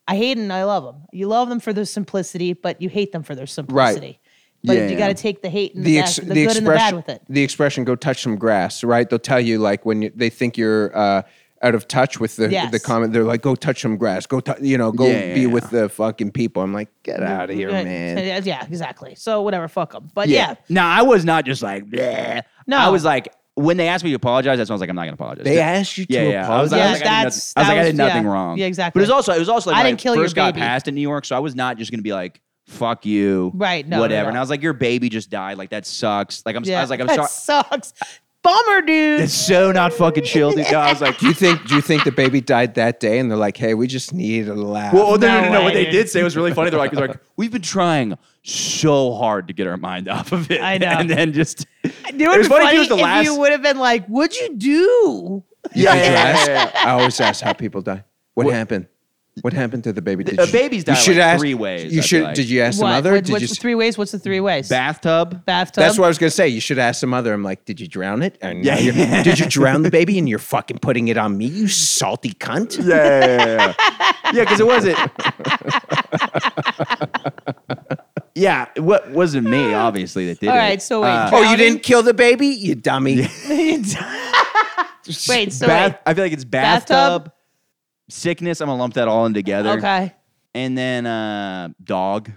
S6: I hate and I love them. You love them for their simplicity, but you hate them for their simplicity. But
S5: Yeah,
S6: you
S5: yeah.
S6: got to take the hate and the, bad,
S7: ex-
S6: the, good and the bad with it.
S7: The expression "go touch some grass," right? They'll tell you like when you, they think you're uh, out of touch with the
S6: Yes.
S7: the comment, they're like, "Go touch some grass. Go, tou- you know, go
S5: Yeah, yeah,
S7: be
S5: yeah.
S7: with the fucking people." I'm like, "Get out of here,
S6: Right.
S7: man."
S6: Yeah, yeah, exactly. So whatever, fuck them. But yeah.
S5: Now I was not just like, Bleh.
S6: No.
S5: I was like, when they asked me to apologize, that's when I was like, I'm not gonna apologize.
S7: They asked you to
S5: Yeah, yeah. I was,
S7: apologize?
S5: I was like, I did,
S6: that's-
S5: nothing- I was
S6: that
S5: like, I did
S6: was-
S5: nothing
S6: yeah.
S5: wrong.
S6: Yeah,
S5: But
S6: exactly.
S5: it was also, it was also like
S6: I
S5: when
S6: didn't kill your
S5: first got
S6: baby.
S5: passed in New York, so I was not just gonna be like, fuck you,
S6: Right, no, no,
S5: whatever.
S6: no.
S5: And I was like, your baby just died. Like that sucks. Like I'm,
S6: Yeah. [laughs]
S5: I was like, I'm
S6: that
S5: sorry.
S6: sucks. bummer, dude.
S5: It's so not fucking chill, dude. No, I
S6: [laughs]
S5: was like, [laughs]
S7: Do you think? Do you think the baby died that day? And they're like, "Hey, we just need a laugh."
S5: Well, oh, no, no,
S6: No
S5: no, no. What
S6: way.
S5: they did say was really funny. They're like, they're like, we've been trying so hard to get our mind off of it.
S6: I
S5: [laughs]
S6: know.
S5: And then just,
S6: You know
S5: it was funny, he was the
S6: if
S5: last.
S6: you would have been like, "What'd you do?" [laughs]
S5: yeah,
S7: Did you
S5: yeah,
S7: ask?
S5: yeah, yeah,
S7: I always ask how people die. What, happened? What happened to the baby? Did
S5: The babies die, like,
S7: ask,
S5: three ways,
S7: You
S5: I'd be
S7: should.
S5: like.
S7: Did you ask the
S6: What?
S7: mother?
S6: What-
S7: did
S6: what's
S7: you?
S6: the three ways? What's the three ways?
S5: Bathtub.
S6: Bathtub.
S7: that's what I was gonna say. You should ask the mother. I'm like, did you drown it? And yeah. did you drown
S6: [laughs]
S7: the baby? And you're fucking putting it on me, you salty cunt.
S5: Yeah, yeah, yeah. Because it
S6: [laughs]
S5: wasn't. yeah, what wasn't me? Obviously, that did
S6: All
S5: it. Uh,
S6: right, Ah. so wait.
S7: Oh, you didn't kill the baby, you dummy.
S6: wait, so
S5: Bath, I feel like it's bathtub,
S6: Bathtub?
S5: sickness. I'm gonna lump that all in
S6: wait.
S5: together.
S6: Okay.
S5: And then uh, dog.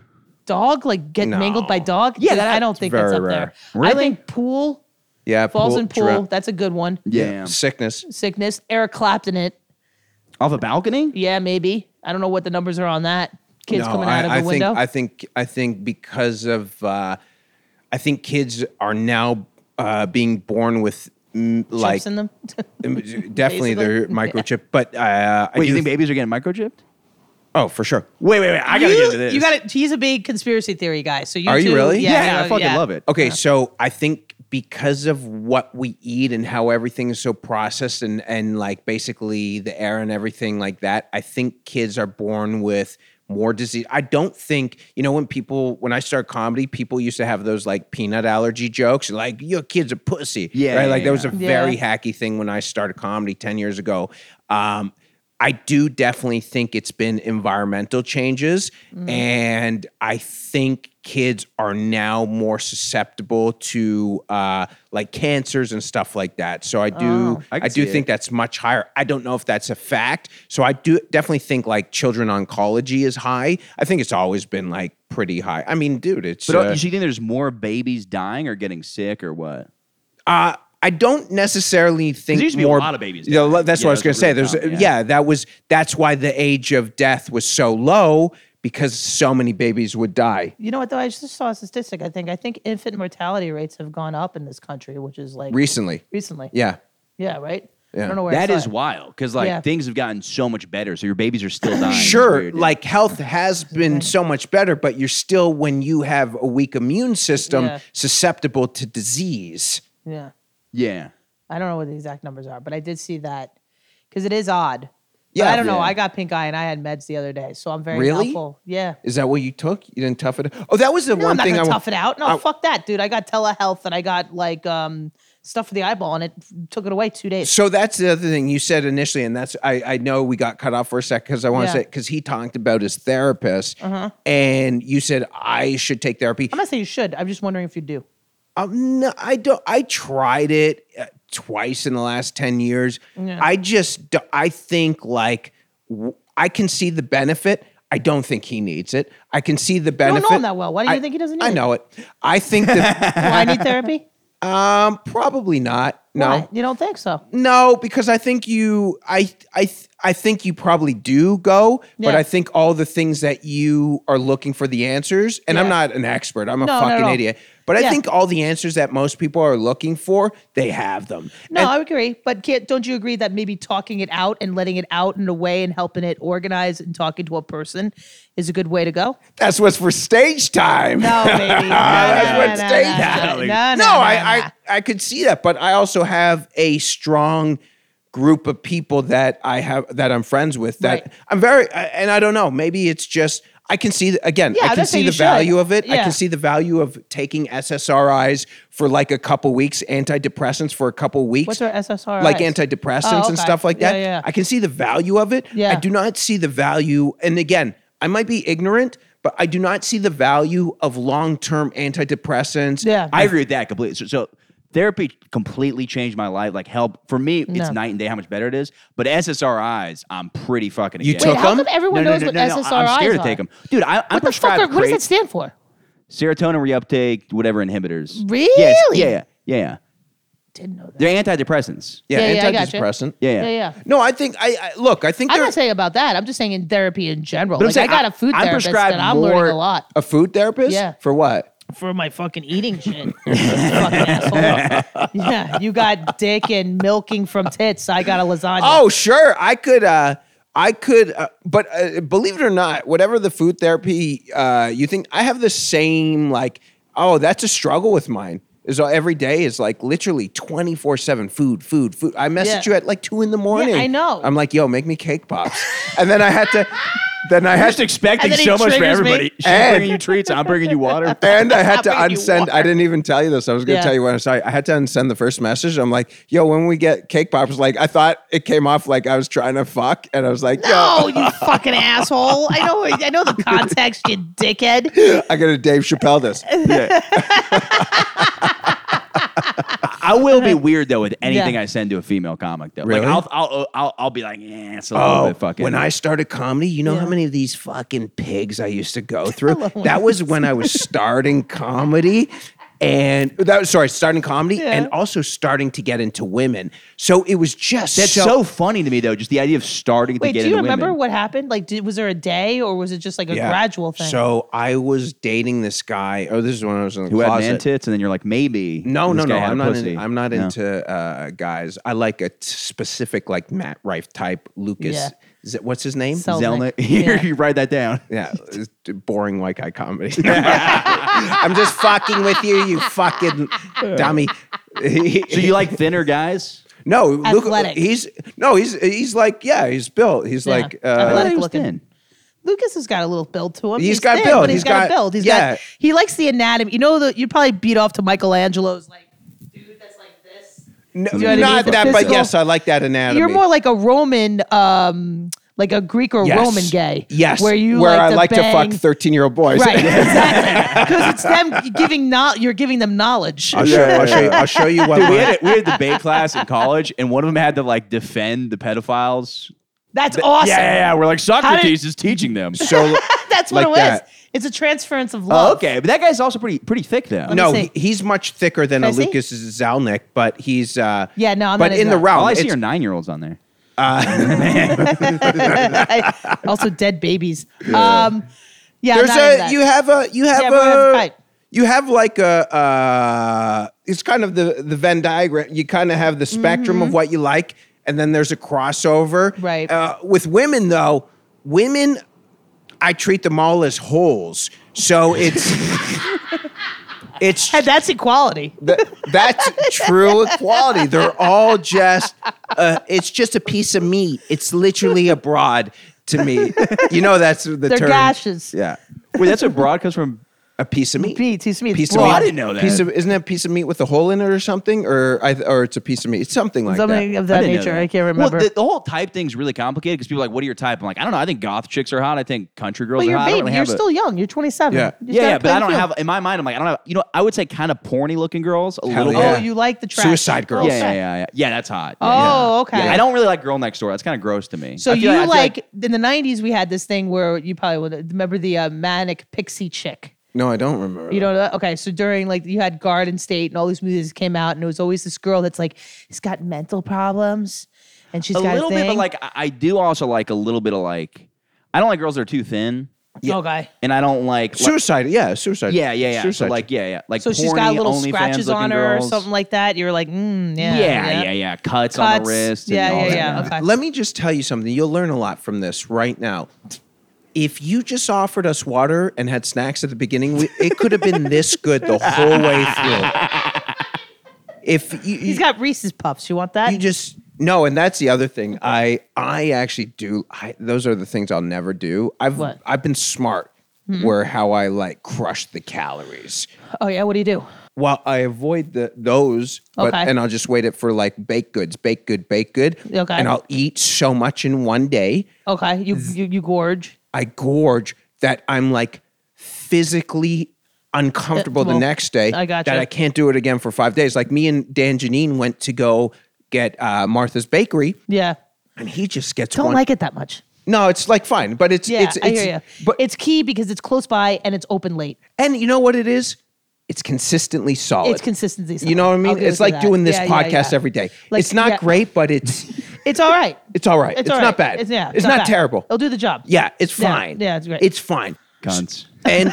S6: Dog, like get
S7: No.
S6: mangled by dog?
S5: Yeah,
S6: Dude, I
S5: that's
S6: don't think
S7: very
S6: that's up
S7: rare.
S6: there. I
S5: Really?
S6: think pool,
S7: [laughs] Yeah,
S6: falls in pool.
S7: drown-
S6: That's a good one.
S5: Yeah.
S7: sickness.
S6: Sickness. Eric Clapton it.
S5: Off a balcony.
S6: Yeah, maybe. I don't know what the numbers are on that. Kids coming out
S7: I,
S6: of a
S7: I
S6: window.
S7: Think, I think I think because of uh, I think kids are now uh, being born with mm, like
S6: Chips in them.
S7: definitely
S6: [laughs]
S7: they're
S6: Basically.
S7: microchip. But uh, I
S5: Wait, you
S7: do-
S5: think babies are getting microchipped?
S7: Oh, for sure.
S5: Wait, wait, wait. I gotta
S6: you,
S5: get into this.
S6: You got He's a big conspiracy theory guy. So you
S7: Are you
S6: two-
S7: really?
S6: Yeah,
S5: Yeah,
S6: no,
S5: I fucking
S6: yeah.
S5: love it.
S7: Okay, so I think because of what we eat and how everything is so processed and and like basically the air and everything like that, I think kids are born with more disease. I don't think you know when people when I started comedy, people used to have those like peanut allergy jokes, like your kid's a pussy.
S5: Yeah,
S7: right.
S5: yeah,
S7: like that was a
S6: yeah.
S7: very
S6: Yeah.
S7: hacky thing when I started comedy 10 years ago. Um, I do definitely think it's been environmental changes. And I think kids are now more susceptible to uh, like cancers and stuff like that. So I do,
S5: I
S7: I,
S5: can
S7: do
S5: see
S7: think that's much higher. I don't know if that's a fact. So I do definitely think like children oncology is high. I think it's always been like pretty high. I mean, dude, it's.
S5: But uh,
S7: uh,
S5: you think there's more babies dying or getting sick or what?
S7: Uh, I don't necessarily think
S5: used to be a
S7: more,
S5: lot of babies
S7: Yeah,
S5: dying.
S7: that's
S5: Yeah,
S7: what I was
S5: it was
S7: gonna say.
S5: really
S7: There's
S5: common,
S7: yeah.
S5: yeah.
S7: that was that's why the age of death was so low because so many babies would die.
S6: You know what though? I just saw a statistic. I think I think infant mortality rates have gone up in this country, which is like
S7: Recently,
S6: recently.
S7: yeah,
S6: Yeah, right.
S7: Yeah.
S6: I don't know where
S5: That
S6: I
S5: is
S6: saw it.
S5: wild because like
S6: Yeah.
S5: things have gotten so much better, so your babies are still dying. It's
S7: sure.
S5: weird, dude.
S7: like health has been so much better, but you're still when you have a weak immune system,
S6: Yeah.
S7: susceptible to disease.
S6: Yeah,
S5: yeah,
S6: I don't know what the exact numbers are, but I did see that because it is odd. Yeah,
S7: Yeah.
S6: I don't know.
S7: Yeah.
S6: I got pink eye and I had meds the other day, so I'm very
S7: Really?
S6: helpful. Yeah.
S7: Is that what you took? You didn't tough it. Oh, that was the
S6: No,
S7: one
S6: I'm not
S7: thing
S6: gonna
S7: I wa-
S6: tough it out. No,
S7: I-
S6: fuck that, dude. I got telehealth and I got like um stuff for the eyeball, and it took it away two days.
S7: So that's the other thing you said initially, and that's I, I know we got cut off for a sec because I want to
S6: Yeah. Uh-huh.
S7: say because he talked about his therapist, and you said I should take therapy.
S6: I'm not saying you should. I'm just wondering if you do.
S7: Um, no, I don't. I tried it uh, twice in the last ten years.
S6: Yeah.
S7: I just do- I think like w- I can see the benefit. I don't think he needs it. I can see the
S6: know
S7: benefit.
S6: him that well. Why do you
S7: I-
S6: think he doesn't
S7: I
S6: need it?
S7: know it. I
S6: [laughs]
S7: think that
S6: Do I need therapy?
S7: um probably not. No.
S6: Why? you don't think so?
S7: No, because I think you, I, I, th- I think you probably do go, but
S6: Yeah.
S7: I think all the things that you are looking for the answers, and I'm
S6: Yeah.
S7: not an expert, I'm a
S6: No, not at
S7: fucking
S6: all.
S7: idiot, but I
S6: Yeah.
S7: think all the answers that most people are looking for, they have them.
S6: No,
S7: And-
S6: I agree. But can't, don't you agree that maybe talking it out and letting it out in a way and helping it organize and talking to a person is a good way to go?
S7: that's what's for stage
S6: [laughs]
S7: time.
S6: No, baby. No,
S7: That's
S6: no,
S7: what
S6: no,
S7: stage
S6: no,
S7: time.
S6: No, Oh, no,
S7: no,
S6: no,
S7: I,
S6: no.
S7: I, I could see that, but I also have a strong group of people that I have that I'm friends with that
S6: Right.
S7: I'm very, I- and I don't know, maybe it's just, I can see, the, again,
S6: Yeah,
S7: I can
S6: that's how
S7: see
S6: you
S7: the
S6: should.
S7: value of it. I
S6: Yeah.
S7: can see the value of taking SSRIs for like a couple weeks, antidepressants for a couple weeks.
S6: What's our SSRI?
S7: Like antidepressants
S6: Oh,
S7: and
S6: okay.
S7: stuff like
S6: Yeah,
S7: that.
S6: yeah.
S7: I can see the value of it.
S6: Yeah.
S7: I do not see the value. And again, I might be ignorant, but I do not see the value of long term antidepressants.
S6: Yeah.
S5: I agree with that completely. So, so therapy completely changed my life. Like help for me,
S6: No.
S5: it's night and day how much better it is. But SSRIs, I'm pretty fucking.
S7: You
S5: against.
S6: Wait,
S7: took
S6: how
S7: 'em?
S6: come everyone knows what
S5: I-
S6: SSRIs
S5: I'm scared
S6: are?
S5: to take them, dude. I, I'm
S6: What the fuck?
S5: prescribed
S6: Are, what
S5: cra-
S6: does that stand for?
S5: serotonin reuptake, whatever inhibitors.
S6: Really?
S5: Yes, yeah, yeah, yeah, yeah.
S6: Didn't know that.
S5: They're antidepressants.
S7: Yeah,
S6: Yeah, yeah, I gotcha.
S7: antidepressant.
S5: Yeah, yeah.
S6: Yeah, yeah.
S7: No, I think I, I look. I think
S6: I'm
S7: they're
S6: not saying about that. I'm just saying in therapy in general.
S5: But I'm
S6: like
S5: saying
S6: I got
S5: I-
S6: a food
S5: I'm
S6: therapist
S5: prescribed
S6: that I'm
S5: more-
S6: learning a lot.
S7: a food therapist.
S6: Yeah.
S7: For what?
S6: for my fucking
S7: [laughs]
S6: eating shit. fucking asshole. Yeah, you got dick and milking from tits. I got a lasagna.
S7: Oh, sure. I could. Uh, I could. Uh, but uh, believe it or not, whatever the food therapy uh, you think, I have the same like. Oh, that's a struggle with mine. Is all- every day is like literally twenty four seven food, food, food. I message
S6: Yeah.
S7: you at like two in the morning.
S6: I know.
S7: I'm like, yo, make me cake pops, and then I had to. Then I had
S5: Just
S7: to
S5: expecting
S6: And then he
S5: so much from
S6: triggers me. [laughs]
S5: everybody. She's
S7: And-
S5: bringing you treats. I'm bringing you [laughs] water.
S7: and I had to
S6: How many
S7: unsend.
S6: you
S7: I didn't even tell you this. I was going to
S6: Yeah.
S7: tell you when I saw. you. I had to unsend the first message. I'm like, "Yo, when we get cake pops?" Like, I thought it came off like I was trying to fuck, and I was like,
S6: No,
S7: "Yo,
S6: you fucking asshole. I know I know the context, you
S7: [laughs]
S6: dickhead.
S7: I got to Dave Chappelle this."
S6: [laughs] Oh,
S5: I will
S6: [laughs]
S5: be weird though with anything
S6: Yeah.
S5: I send to a female comic though.
S7: Really?
S5: Like I'll, I'll I'll I'll be like, eh, it's a little bit fucking.
S7: Oh, when I started comedy, you know
S6: Yeah.
S7: how many of these fucking pigs I used
S6: [laughs]
S7: to go through? that was when I was starting comedy. And that was sorry, starting comedy
S6: Yeah.
S7: and also starting to get into women. So it was just
S5: that's so, funny to me though. Just the idea of starting to
S6: Wait,
S5: get
S6: do you
S5: into
S6: remember
S5: women.
S6: what happened? Like, did, was there a day or was it just like a
S7: Yeah.
S6: gradual thing?
S7: So I was dating this guy. Oh, this is when I was in the
S5: who had
S7: closet.
S5: man tits, and then you're like, maybe.
S7: No,
S5: this
S7: no, no.
S5: guy had
S7: I'm
S5: a
S7: not.
S5: pussy.
S7: In, I'm not
S5: No.
S7: into uh, guys. I like a t- specific, like Matt Rife type. Lucas.
S6: Yeah.
S7: Z- what's his name?
S6: So-
S5: [laughs] Zelnick. [laughs]
S6: Yeah.
S5: you write that down.
S6: [laughs]
S7: yeah, it's d- boring white guy comedy. [laughs] I'm just fucking with you,
S5: [laughs]
S7: you fucking dummy.
S5: So you like thinner [laughs] guys?
S7: no, look,
S6: Athletic.
S7: he's no, he's he's like yeah, he's built. He's
S6: Yeah.
S7: like
S5: I
S7: uh,
S5: thought he
S6: Athletic
S5: was
S6: looking.
S5: thin.
S6: Lucas has got a little build to him.
S7: He's got
S6: thin,
S7: build.
S6: But
S7: He's
S6: he's got,
S7: got-
S6: a build. He's
S7: yeah.
S6: got. He likes the anatomy. You know, the, you probably beat off to Michelangelo's like dude that's like this.
S7: n-
S5: You know what I mean?
S7: not
S5: The
S7: that, but
S6: physical-
S7: yes, I like that anatomy.
S6: You're more like a Roman, um, like a Greek or
S7: Yes.
S6: Roman gay.
S7: yes,
S6: where you
S7: where
S6: like
S7: I
S6: to
S7: like
S6: bang.
S7: to fuck thirteen year old boys.
S6: Right, exactly. Because it's them giving no, you're giving them knowledge.
S7: [laughs] I'll, show, I'll, show you, I'll
S5: [laughs]
S7: show you what.
S5: we
S6: [laughs]
S7: my-
S5: had a, we had a debate class in college, and one of them had to like defend the pedophiles.
S6: That's awesome.
S5: Yeah, yeah, yeah. We're like Socrates is teaching
S6: [laughs]
S5: them.
S7: so
S6: That's what
S7: Like
S6: it was.
S7: that.
S6: It's a transference of love.
S5: Oh, okay, but that guy's also pretty pretty thick though.
S6: me
S7: no,
S6: see.
S7: he- he's much thicker than
S6: Can
S7: a
S6: I see?
S7: Lucas Zalnick, but he's uh,
S6: Yeah, no, I'm
S7: but
S6: not
S7: in
S6: into
S7: the
S6: that.
S7: realm,
S5: All I see
S7: it's-
S5: are nine year olds on there.
S6: also dead babies. Um, yeah,
S7: There's
S6: I'm not into
S7: a
S6: that.
S7: you have a you have
S6: Yeah, we don't have a
S7: a
S6: type.
S7: you have like a uh, it's kind of the the Venn diagram. You kind of have the spectrum of what you like, and then there's a crossover.
S6: Mm-hmm. Right.
S7: Uh, with women though, women, I treat them all as holes. So
S6: [laughs]
S7: it's it's
S6: And that's equality.
S7: Th- that's true equality. They're all just, uh, it's just a piece of meat. It's literally a broad to me. You know, that's the
S6: They're
S7: term.
S6: gashes.
S7: Yeah.
S5: Wait, that's a broad comes from.
S7: A piece of meat.
S6: Meat, piece of meat.
S7: Piece
S6: Well,
S7: meat.
S6: I
S5: didn't know that.
S7: Piece of, isn't that a piece of meat with a hole in it or something? Or I, th- or it's a piece of meat. It's something like
S6: Something
S7: that.
S6: of that
S5: I didn't know
S6: nature.
S5: that.
S6: I can't
S5: Well,
S6: remember.
S5: the, the whole type thing's really complicated because people are like, "What are your type?" I'm like, I don't know. I think goth chicks are hot. I think country girls
S6: but
S5: are
S6: you're
S5: hot.
S6: a
S5: I don't
S6: baby.
S5: really
S6: you're
S5: have a-
S6: still young. You're 27.
S7: Yeah.
S6: You just
S5: yeah,
S6: gotta
S5: yeah, but
S6: play
S5: I don't
S6: the
S5: have
S6: field.
S5: in my mind. I'm like, I don't have. You know, I would say kind of porny looking girls a
S7: Hell
S5: little.
S7: yeah.
S6: Oh, you like the trash.
S7: Suicide girls.
S5: Yeah, yeah,
S6: Okay.
S5: yeah, yeah. Yeah, that's hot. Yeah,
S6: Oh,
S5: yeah.
S6: okay.
S5: Yeah, I don't really like girl next door. That's kind of gross to me.
S6: So
S5: I
S6: you
S5: feel I
S6: like,
S5: feel
S6: in the 90s we had this thing where you probably would remember the uh, manic pixie chick.
S7: No, I don't remember.
S6: You don't know that? Okay, so during like you had Garden State and all these movies that came out, and it was always this girl that's like, she's got mental problems, and she's
S5: a
S6: got
S5: little
S6: a thing.
S5: bit, but like I, I do also like a little bit of like. I don't like girls that are too thin,
S6: okay,
S5: and I don't like. like-
S7: Suicide. Yeah. Suicide.
S5: yeah, yeah, yeah. So
S7: Suicide.
S5: like, yeah, yeah, like.
S6: so she's got
S5: porny,
S6: little
S5: OnlyFans
S6: scratches on
S5: looking
S6: her
S5: girls.
S6: or something like that. You're like, mm, yeah,
S5: Yeah, yeah, yeah, Cuts, on
S6: Cuts.
S5: the wrist. and
S6: Yeah,
S5: all
S6: yeah,
S5: that.
S6: yeah. Okay.
S7: Let me just tell you something. You'll learn a lot from this right now. If you just offered us water and had snacks at the beginning, we, it could have been this good the whole way through.
S6: [laughs]
S7: If you,
S6: He's
S7: you,
S6: got Reese's puffs. You want that?
S7: you just no, and that's the other thing. I I actually do. I, those are the things I'll never do. I've
S6: What? Hmm.
S7: I've been smart where how I like crush the calories.
S6: oh yeah. What do you do?
S7: Well, I avoid the those, but
S6: Okay.
S7: and I'll just wait it for like baked goods, baked good, baked good.
S6: Okay.
S7: And I'll eat so much in one day.
S6: Okay, you you, you gorge.
S7: I gorge that I'm like physically uncomfortable
S6: Uh,
S7: the
S6: well,
S7: next day.
S6: I gotcha.
S7: That I can't do it again for five days. Like me and Dan Janine went to go get uh, Martha's Bakery,
S6: Yeah,
S7: and he just gets
S6: don't
S7: one.
S6: like it that much.
S7: No, it's like fine, but it's
S6: Yeah,
S7: it's
S6: I
S7: it's
S6: hear you.
S7: but
S6: it's key because it's close by and it's open late.
S7: and you know what it is? It's consistently solid.
S6: It's consistency.
S7: Oh, You know what I
S6: I'll
S7: mean?
S6: give
S7: It's
S6: it to
S7: like
S6: that.
S7: doing this
S6: Yeah, yeah,
S7: podcast
S6: yeah.
S7: every day.
S6: Like,
S7: it's not
S6: yeah.
S7: great, but it's
S6: It's all right.
S7: it's all right. It's,
S6: all
S7: not
S6: right.
S7: bad.
S6: It's, yeah,
S7: it's not
S6: bad.
S7: terrible.
S6: It'll do the job.
S7: Yeah, it's
S6: Yeah,
S7: fine.
S6: yeah, it's great.
S7: It's fine.
S5: cunts.
S7: [laughs] And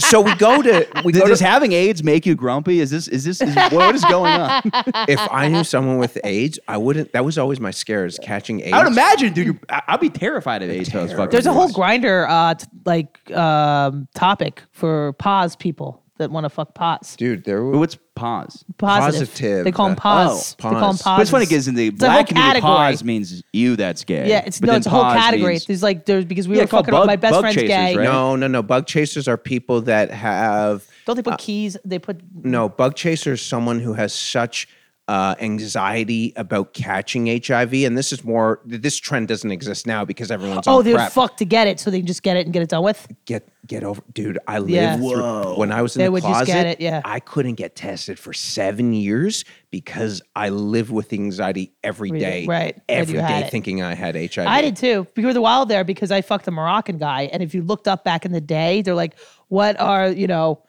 S7: so we go to we
S6: oh,
S7: go
S5: Does
S7: to
S5: having AIDS make you grumpy? Is this is this is, what is going on?
S6: [laughs]
S7: if I knew someone with AIDS, I wouldn't. That was always my scare is catching AIDS.
S5: I would imagine, dude. you- I- I'd be terrified of AIDS. Those fucking
S6: There's a whole
S5: boys.
S6: grinder uh, t- like um, topic for pause people that want to fuck pots.
S7: Dude, there
S5: But
S7: were
S5: What's pause?
S6: Positive.
S7: Positive.
S6: They call them
S7: Oh,
S6: pause. They call them
S7: pause. But
S5: But it's funny
S6: pauses.
S5: because in the
S6: It's a whole
S5: black community,
S6: category.
S5: pause means you that's gay.
S6: Yeah, it's
S5: But
S6: no,
S5: then
S6: it's a whole
S5: pause
S6: category.
S5: means-
S6: There's like there's because we
S5: Yeah,
S6: were
S5: called
S6: fucking around.
S5: bug-
S6: My best
S5: bug
S6: friend's
S5: chasers,
S6: gay.
S5: right?
S7: no, no, no. Bug chasers are people that have
S6: Don't they put keys? They put
S7: no. Bug chaser is someone who has such uh, anxiety about catching HIV, and this is more. This trend doesn't exist now because everyone's
S6: oh
S7: on
S6: they would
S7: PrEP.
S6: fuck to get it so they can just get it and get it done with.
S7: get get over, dude. I lived
S6: Yeah.
S7: through- when I was in
S6: They
S7: the
S6: would
S7: closet.
S6: just get it, yeah.
S7: I couldn't get tested for seven years because I live with anxiety every
S6: Every day,
S7: day,
S6: right, that
S7: Every
S6: you had
S7: day,
S6: it.
S7: thinking I had HIV.
S6: I did too. We were the wild there because I fucked a Moroccan guy, and if you looked up back in the day, they're like, what are you know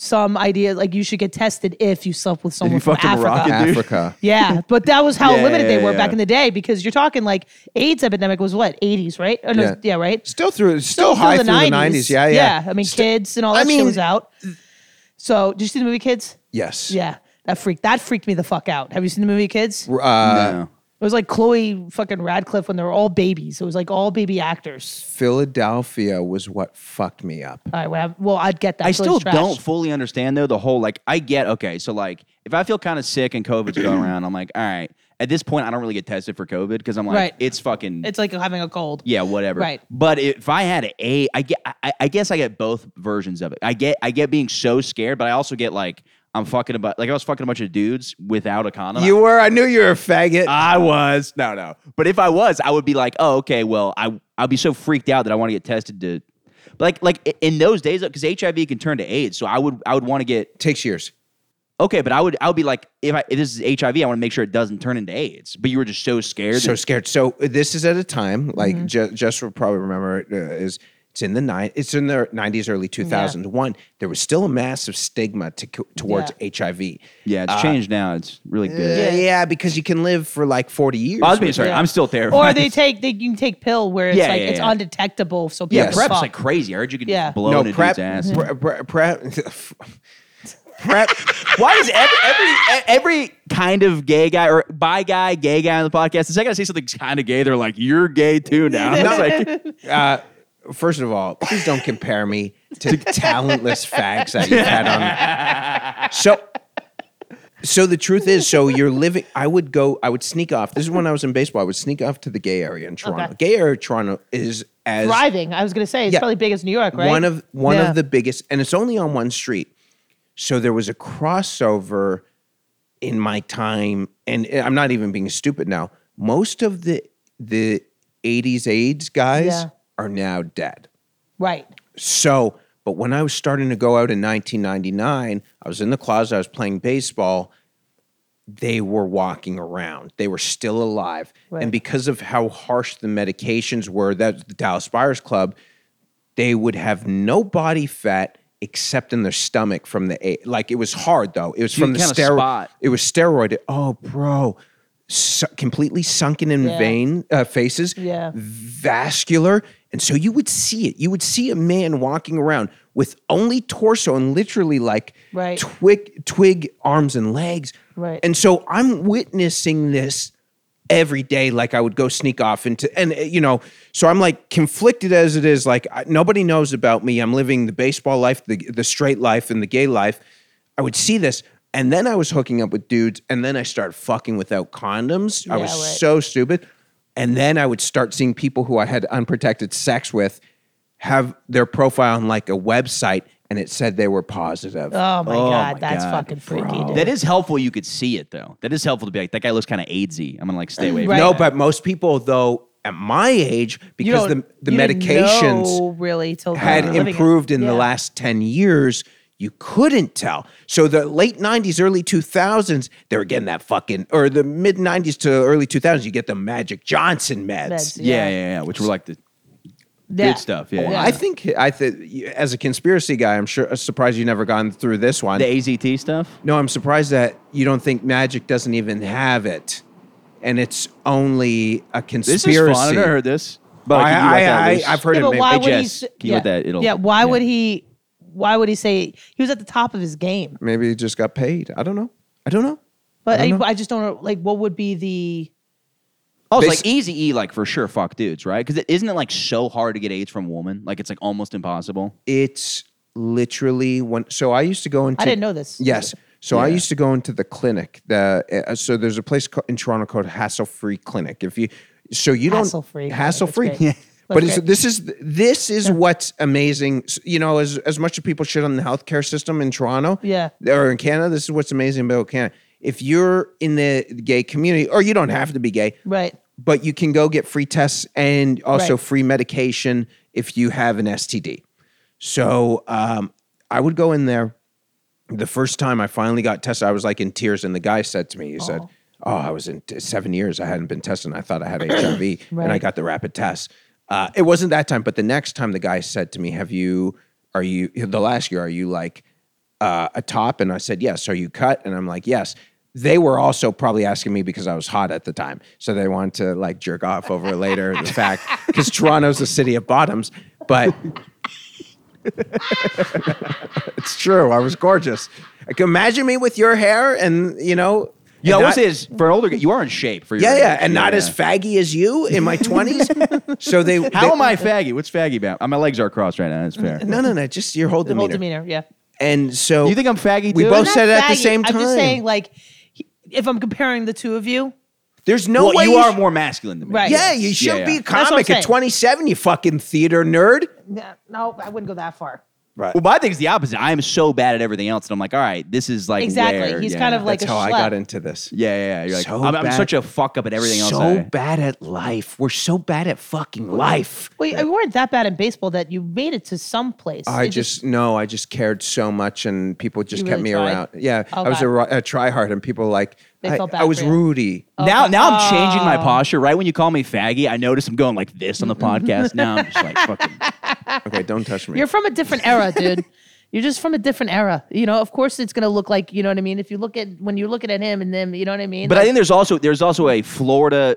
S6: some idea like you should get tested if you slept with someone from
S5: fucked a
S6: Africa.
S5: Moroccan dude?
S7: Africa.
S6: [laughs] Yeah, but that was how
S5: Yeah,
S6: limited
S5: yeah,
S6: they were back
S5: yeah.
S6: in the day because you're talking like AIDS epidemic was what 80s, right? Or no,
S7: Yeah.
S6: yeah. right.
S7: Still through, still, high
S6: till
S7: through the nineties. Yeah, yeah,
S6: I mean,
S7: Still-
S6: kids and all
S7: I
S6: that shit
S7: mean-
S6: was out. So, did you see the movie Kids?
S7: Yes.
S6: Yeah, that freaked that freaked me the fuck out. Have you seen the movie Kids? It
S7: Uh,
S5: No.
S6: was like Chloe fucking Radcliffe when they were all babies. It was like all baby actors.
S7: Philadelphia was what fucked me up.
S6: All right, well, I- well I'd get that.
S5: I
S6: It's really
S5: still
S6: trash.
S5: don't fully understand though the whole like I get okay so like if I feel kind of sick and COVID's going around I'm like all right at this point I don't really get tested for COVID because I'm like
S6: Right.
S5: it's fucking
S6: It's like having a cold.
S5: yeah whatever
S6: Right.
S5: but if I had a I get I, I guess I get both versions of it I get I get being so scared but I also get like I'm fucking about like I was fucking a bunch of dudes without a condom
S7: You were. I knew you were a faggot.
S5: I was no no but if I was I would be like oh okay well I I'll be so freaked out that I want to get tested to like like i- in those days because HIV can turn to AIDS so I would I would want to get
S7: Takes years.
S5: Okay, but I would I would be like if, I, if this is HIV, I want to make sure it doesn't turn into AIDS. But you were just so scared.
S7: So
S5: that-
S7: scared. So this is at a time like ju- just will probably remember it, uh, is it's in the nine. It's in the nineties, early two thousands. One, there was still a massive stigma to, co- towards
S6: Yeah.
S7: HIV.
S5: yeah,
S7: Ah.
S5: it's changed now. It's really
S7: Uh,
S5: good.
S7: yeah. because you can live for like forty years.
S5: I was being
S7: with-
S5: sorry.
S6: Yeah.
S5: I'm still there. [laughs]
S6: Or they take they you can take pill where it's
S5: Yeah,
S6: like
S5: yeah,
S6: it's
S5: yeah.
S6: undetectable, so people
S5: yeah,
S7: Yes.
S5: prep's
S6: fuck.
S5: like crazy. I heard you could
S6: Yeah.
S5: blow in
S7: no
S5: a
S7: prep,
S5: dude's ass.
S7: prep, prep, prep, [laughs] prep.
S5: [laughs] Why does every, every every kind of gay guy or bi guy, gay guy on the podcast, the second I say something's kind of gay, they're like, "You're gay too
S7: [laughs]
S5: now." It's like,
S7: Uh, First of all, please don't compare me to talentless fags that you've had on. So, so the truth is, so you're living. I would go. I would sneak off. This is when I was in baseball. I would sneak off to the gay area in Toronto.
S6: Okay.
S7: Gay area, of Toronto is as
S6: thriving. I was gonna say it's
S7: Yeah.
S6: probably big as New York, right?
S7: one of one
S6: Yeah.
S7: of the biggest, and it's only on one street. So there was a crossover in my time, and I'm not even being stupid now. Most of the the '80s AIDS guys
S6: Yeah.
S7: are now dead.
S6: right.
S7: So, but when I was starting to go out in 1999, I was in the closet, I was playing baseball. They were walking around. They were still alive.
S6: Right.
S7: And because of how harsh the medications were, that's the Dallas Buyers Club, they would have no body fat except in their stomach from the a- like it was hard though. It was
S5: You
S7: from the
S5: kinda
S7: steroid.
S5: spot.
S7: It was steroid. Oh, bro. Su- completely sunken in
S6: Yeah.
S7: vein uh, faces
S6: Yeah.
S7: vascular. And so you would see it. You would see a man walking around with only torso and literally like
S6: Right.
S7: twig, twig arms and legs.
S6: Right.
S7: And so I'm witnessing this every day. Like I would go sneak off into, and uh, you know, so I'm like conflicted as it is. Like I, nobody knows about me. I'm living the baseball life, the, the straight life, and the gay life. I would see this. And then I was hooking up with dudes, and then I started fucking without condoms. I
S6: Yeah,
S7: was
S6: right.
S7: so stupid. And then I would start seeing people who I had unprotected sex with have their profile on like a website, and it said they were positive.
S6: Oh my
S5: Oh
S6: god,
S5: my
S6: that's
S5: God,
S6: fucking freaky. Dude.
S5: Oh. that is helpful. You could see it though. That is helpful to be like, "That guy looks kind of AIDSy." I'm gonna like stay away. from
S6: Right.
S5: him."
S7: No, but most people though at my age
S6: You
S7: because the
S6: don't-
S7: the
S6: you didn't
S7: medications
S6: know really till
S7: had
S6: you were living it.
S7: improved in
S6: Yeah.
S7: the last 10 years, you couldn't tell. So the late 90s, early 2000s, they were getting that fucking or the mid 90s to early 2000s, you get the Magic Johnson meds.
S6: Meds,
S5: Yeah, yeah, yeah, Which were like the
S6: Yeah.
S5: good stuff. Yeah,
S6: Oh,
S5: yeah.
S7: I think I think as a conspiracy guy, I'm sure surprised you never gone through this one.
S5: the AZT stuff.
S7: No, I'm surprised that you don't think magic doesn't even have it, and it's only a
S5: This
S7: conspiracy.
S5: is fun. I never heard this. But like, can you let that
S7: I, I,
S5: loose?
S7: I, have heard
S6: Yeah,
S7: him.
S6: but why
S5: Hey,
S6: would he?
S5: Jess,
S6: s-
S5: can you let that- it'll-
S6: yeah. Why
S5: yeah.
S6: would he? Why would he say he was at the top of his game?
S7: Maybe he just got paid. I don't know. I don't know.
S6: But
S7: I
S6: I,
S7: don't know.
S6: I just don't know. Like, what would be the?
S5: Also,
S7: Basi-
S5: like Easy E, like for sure, fuck dudes, right? Because isn't it like so hard to get AIDS from a woman? Like it's like almost impossible.
S7: It's literally one. So I used to go into.
S6: I didn't know this.
S7: Yes. So I
S5: Yeah.
S7: used to go into the clinic. The uh, so there's a place ca- in Toronto called Hassle Free Clinic. If you so you don't
S6: Hassle-free clinic.
S7: hassle free.
S6: That's great.
S7: [laughs] But
S6: That's
S7: it's,
S6: great.
S7: this is this is what's amazing. S- You know, as as much as people shit on the healthcare system in Toronto,
S6: Yeah.
S7: or in Canada, this is what's amazing about Canada. If you're in the gay community, or you don't have to be gay,
S6: Right.
S7: but you can go get free tests and also
S6: Right.
S7: free medication if you have an STD. So um, I would go in there. The first time I finally got tested, I was like in tears, and the guy said to me, "He said, oh, I was in t- seven years. I hadn't been tested. and I thought I had HIV, and I
S6: Right.
S7: got the rapid test. Uh, it wasn't that time, but the next time, the guy said to me, "Have you? Are you the last year? Are you like uh, a top?" And I said, "Yes." Are you cut? And I'm like, "Yes." They were also probably asking me because I was hot at the time, so they wanted to like jerk off over later the fact because Toronto's a city of bottoms, but. It's true. I was gorgeous. Like, imagine me with your hair and, you know.
S5: Yeah,
S7: and
S5: what's
S7: not-
S5: is for an older guy, you are in shape for your
S7: Yeah,
S5: age.
S7: yeah. And not
S5: yeah.
S7: as faggy as you in my
S5: [laughs]
S7: 20s. so they.
S5: How
S7: they- [laughs]
S5: am I faggy? What's faggy about? Uh, My legs are crossed right now. That's fair.
S7: No, no, no. Just your whole
S6: The
S7: demeanor.
S6: whole demeanor. Yeah.
S7: And so.
S5: You think I'm faggy?
S7: We
S5: dude?
S7: both
S6: Not
S7: said it at the
S6: faggy.
S7: same
S6: I'm just
S7: time.
S6: saying, like, he- if I'm comparing the two of you,
S7: There's no
S5: Well,
S7: way.
S5: you
S7: sh-
S5: are more masculine than me.
S6: Right.
S7: Yeah, you should
S5: yeah.
S7: be a
S5: That's
S6: what I'm
S7: comic at
S6: saying.
S7: 27, you fucking theater nerd.
S6: yeah, no, I wouldn't go that far.
S7: Right.
S5: Well, my thing is the opposite. I am so bad at everything else, and I'm like, all right, this is like
S6: Exactly.
S5: where-
S6: He's
S5: yeah.
S6: kind of like
S7: That's
S6: a
S7: how I
S6: schlep.
S7: got into this.
S5: yeah, yeah. yeah. You're like,
S7: So
S5: I'm, I'm
S7: bad.
S5: such a fuck up at everything else.
S7: So
S5: I-
S7: bad at life. We're so bad at fucking life.
S6: Well, you weren't that bad in baseball that you made it to some place.
S7: I
S6: It
S7: just, no, I just cared so much, and people just
S6: You
S7: kept
S6: really
S7: me
S6: tried?
S7: around. Yeah,
S6: Oh,
S7: I was
S6: God.
S7: a, ri- a tryhard, and people were like,
S6: They
S7: I,
S6: felt
S7: I
S6: bad
S7: was
S6: for you. Oh.
S7: Rudy.
S5: Now, now I'm changing my posture. Right when you call me faggy, I notice I'm going like this on the
S6: Mm-hmm.
S5: podcast. Now I'm
S6: [laughs]
S5: just like fucking.
S7: Okay, don't touch me.
S6: You're from a different era,
S7: [laughs]
S6: dude. You're just from a different era. You know, of course it's gonna look like, you know what I mean? If you look at when you're looking at him and them, you know what I mean?
S5: But I
S6: Like,
S5: think there's also there's also a Florida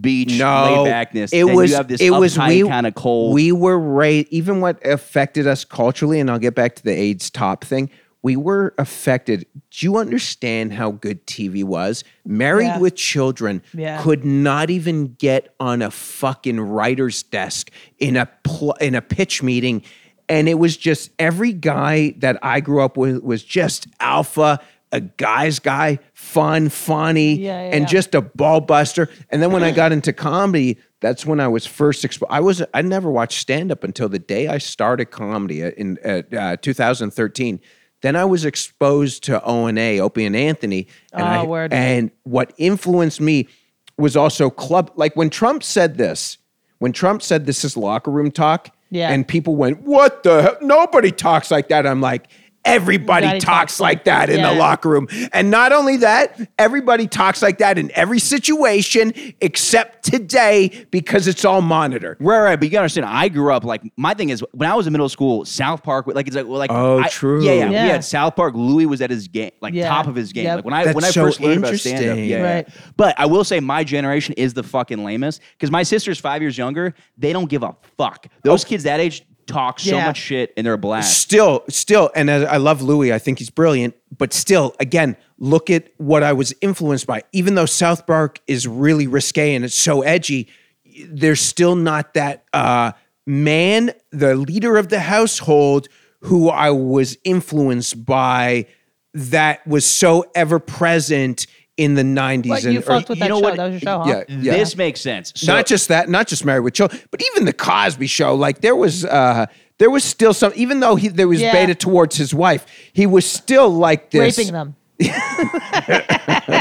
S5: beach
S7: no,
S5: laybackness.
S7: it
S5: Then
S7: was.
S5: you have this
S7: it was
S5: uptight
S7: we
S5: kind of cold.
S7: We were right. Even what affected us culturally, and I'll get back to the AIDS top thing. We were affected. Do you understand how good TV was? Married
S6: Yeah.
S7: with Children
S6: Yeah.
S7: could not even get on a fucking writer's desk in a pl- in a pitch meeting, and it was just every guy that I grew up with was just alpha, a guy's guy, fun, funny,
S6: Yeah, yeah,
S7: and
S6: yeah.
S7: just just a ball buster. And then when I got into comedy, that's when I was first exposed. I was I never watched stand up until the day I started comedy in uh, uh, 2013. Then I was exposed to O and A, Opie and Anthony, and
S6: Oh,
S7: I,
S6: word.
S7: and what influenced me was also club. Like when Trump said this, when Trump said this is locker room talk,
S6: Yeah.
S7: and people went, "What the? hell? Nobody talks like that." I'm like. Everybody
S6: Everybody
S7: talks,
S6: talks
S7: like that in the
S6: yeah.
S7: locker locker room. And not only that, everybody talks like that in every situation except today because it's all monitored.
S5: Right, right, but you gotta understand. I grew up like my thing is when I was in middle school, South Park, like it's like well, like
S7: Oh,
S5: I-
S7: true.
S5: yeah, yeah,
S6: Yeah.
S5: We had South Park. Louis was at his game, like
S6: Yeah.
S5: top of his game.
S6: Yep.
S5: Like when I when
S7: That's
S5: I
S7: so
S5: first learned about stand up,
S7: interesting.
S5: yeah, yeah.
S6: Right.
S5: But I will say my generation is the fucking lamest because my sister's five years younger. They don't give a fuck. Those kids that age talk so
S6: Yeah.
S5: much shit and they're a blast.
S7: Still, still, and I I love Louis. I think he's brilliant. But still, again, look at what I was influenced by. Even though South Park is really risque and it's so edgy, there's still not that uh, man, the leader of the household, who I was influenced by. That was so ever present in the '90s
S6: but
S7: and
S6: you fucked with
S5: you
S6: that
S5: know
S6: show.
S5: what-
S6: That was your show, huh?
S7: yeah, yeah.
S5: This makes sense. So,
S7: not just that, not just Married with Children, but even the Cosby Show. Like there was, uh, there was still some. Even though he there was
S6: Yeah.
S7: beta towards his wife, he was still like this.
S6: Raping them.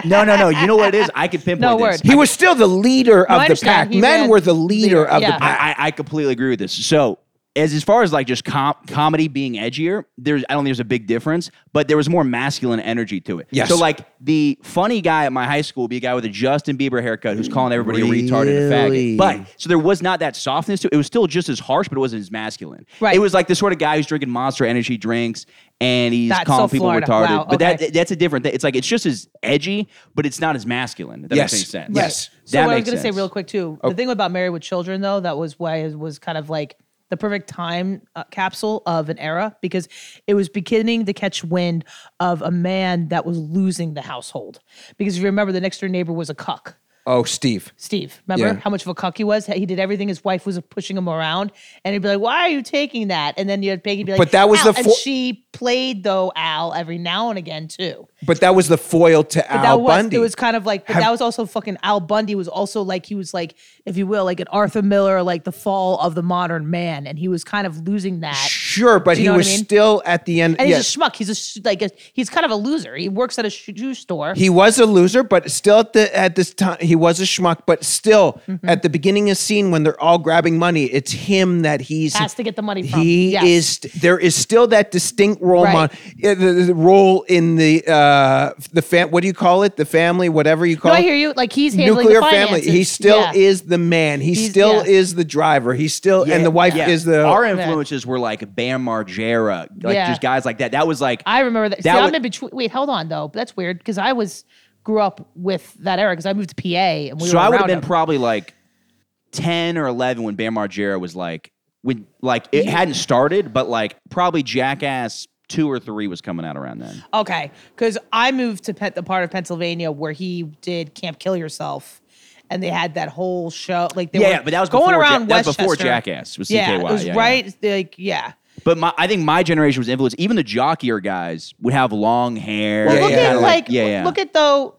S5: no, no, no. You know what it is? I can pinpoint
S6: [laughs] No
S5: this.
S6: word.
S7: He was still the leader
S6: I
S7: of the
S6: understand.
S7: pack.
S6: He
S7: Men
S6: ran-
S7: were the leader,
S6: [laughs] leader,
S7: of
S6: yeah.
S7: the pack.
S5: I, I, I completely agree with this. So as as far as like just com- comedy being edgier, there's I don't think there's a big difference, but there was more masculine energy to it.
S7: Yes.
S5: So like the funny guy at my high school would be a guy with a Justin Bieber haircut who's calling everybody a retard and a
S7: Really?
S5: faggot. But so there was not that softness to it. It was still just as harsh, but it wasn't as masculine.
S6: Right.
S5: It was like the sort of guy who's drinking monster energy drinks and he's
S6: That's
S5: calling
S6: so
S5: people
S6: Florida.
S5: retarded.
S6: Wow,
S5: But
S6: okay.
S5: that that's a different thing. It's like it's just as edgy, but it's not as masculine. If that
S7: Yes.
S5: makes any sense.
S7: Yes.
S5: That
S6: So what I was
S5: makes
S6: going to say
S5: sense.
S6: real quick too. The thing about Married with Children though, that was why it was kind of like the perfect time uh, capsule of an era because it was beginning to catch wind of a man that was losing the household. Because if you remember, the next door neighbor was a cuck.
S7: Oh, Steve.
S6: Steve, remember
S7: Yeah.
S6: how much of a cuck he was? He did everything. His wife was pushing him around, and he'd be like, "Why are you taking that?" And then you had Peggy be like,
S7: But that was
S6: "Al,"
S7: the
S6: and
S7: fo-
S6: she played though Al every now and again too.
S7: But that was the foil to
S6: But
S7: Al
S6: that was
S7: Bundy.
S6: it was kind of like, but that was also fucking Al Bundy was also like he was like, if you will, like an Arthur Miller, like the fall of the modern man, and he was kind of losing that.
S7: sure, but
S6: Do you
S7: he
S6: know what I
S7: was
S6: mean?
S7: still at the end.
S6: And
S7: yes.
S6: he's a schmuck. He's a sh- like a, he's kind of a loser. He works at a shoe store.
S7: he was a loser, but still at the at this time he was a schmuck. But still,
S6: Mm-hmm.
S7: at the beginning of scene when they're all grabbing money, it's him that he's
S6: Has to get the money from.
S7: He
S6: Yes.
S7: is. There is still that distinct role
S6: Right.
S7: mon- yeah, the, the role in the uh the fam. What do you call it? The family, whatever you call.
S6: no, I
S7: it.
S6: hear you. Like he's handling
S7: Nuclear
S6: the
S7: family.
S6: finances.
S7: He still
S6: Yeah.
S7: is the man. He
S6: He's-
S7: still
S6: yeah.
S7: is the driver. He still and the wife
S5: Yeah.
S7: is the.
S5: our influences were like Bam Margera, like
S6: Yeah.
S5: just guys like that. That was like
S6: I remember that. See,
S5: That
S6: I'm
S5: would-
S6: in between. Wait, hold on though. That's weird because I was grew up with that era because I moved to PA and we
S5: so
S6: were
S5: I would have
S6: around
S5: been
S6: him.
S5: probably like ten or eleven when Bam Margera was like when like it hadn't started, but like probably Jackass two or three was coming out around then.
S6: okay because I moved to Pen- the part of Pennsylvania where he did Camp Kill Yourself, and they had that whole show like they
S5: Yeah,
S6: were
S5: yeah, but that was
S6: going
S5: before
S6: around
S5: Ja- that was
S6: Westchester.
S5: before Jackass was
S6: yeah, it
S5: CKY,
S6: was
S5: yeah, yeah.
S6: right like yeah.
S5: But my, I think my generation was influenced. Even the jockier guys would have long hair.
S6: Well, look
S5: kinda
S6: at like,
S5: yeah, yeah.
S6: look at though,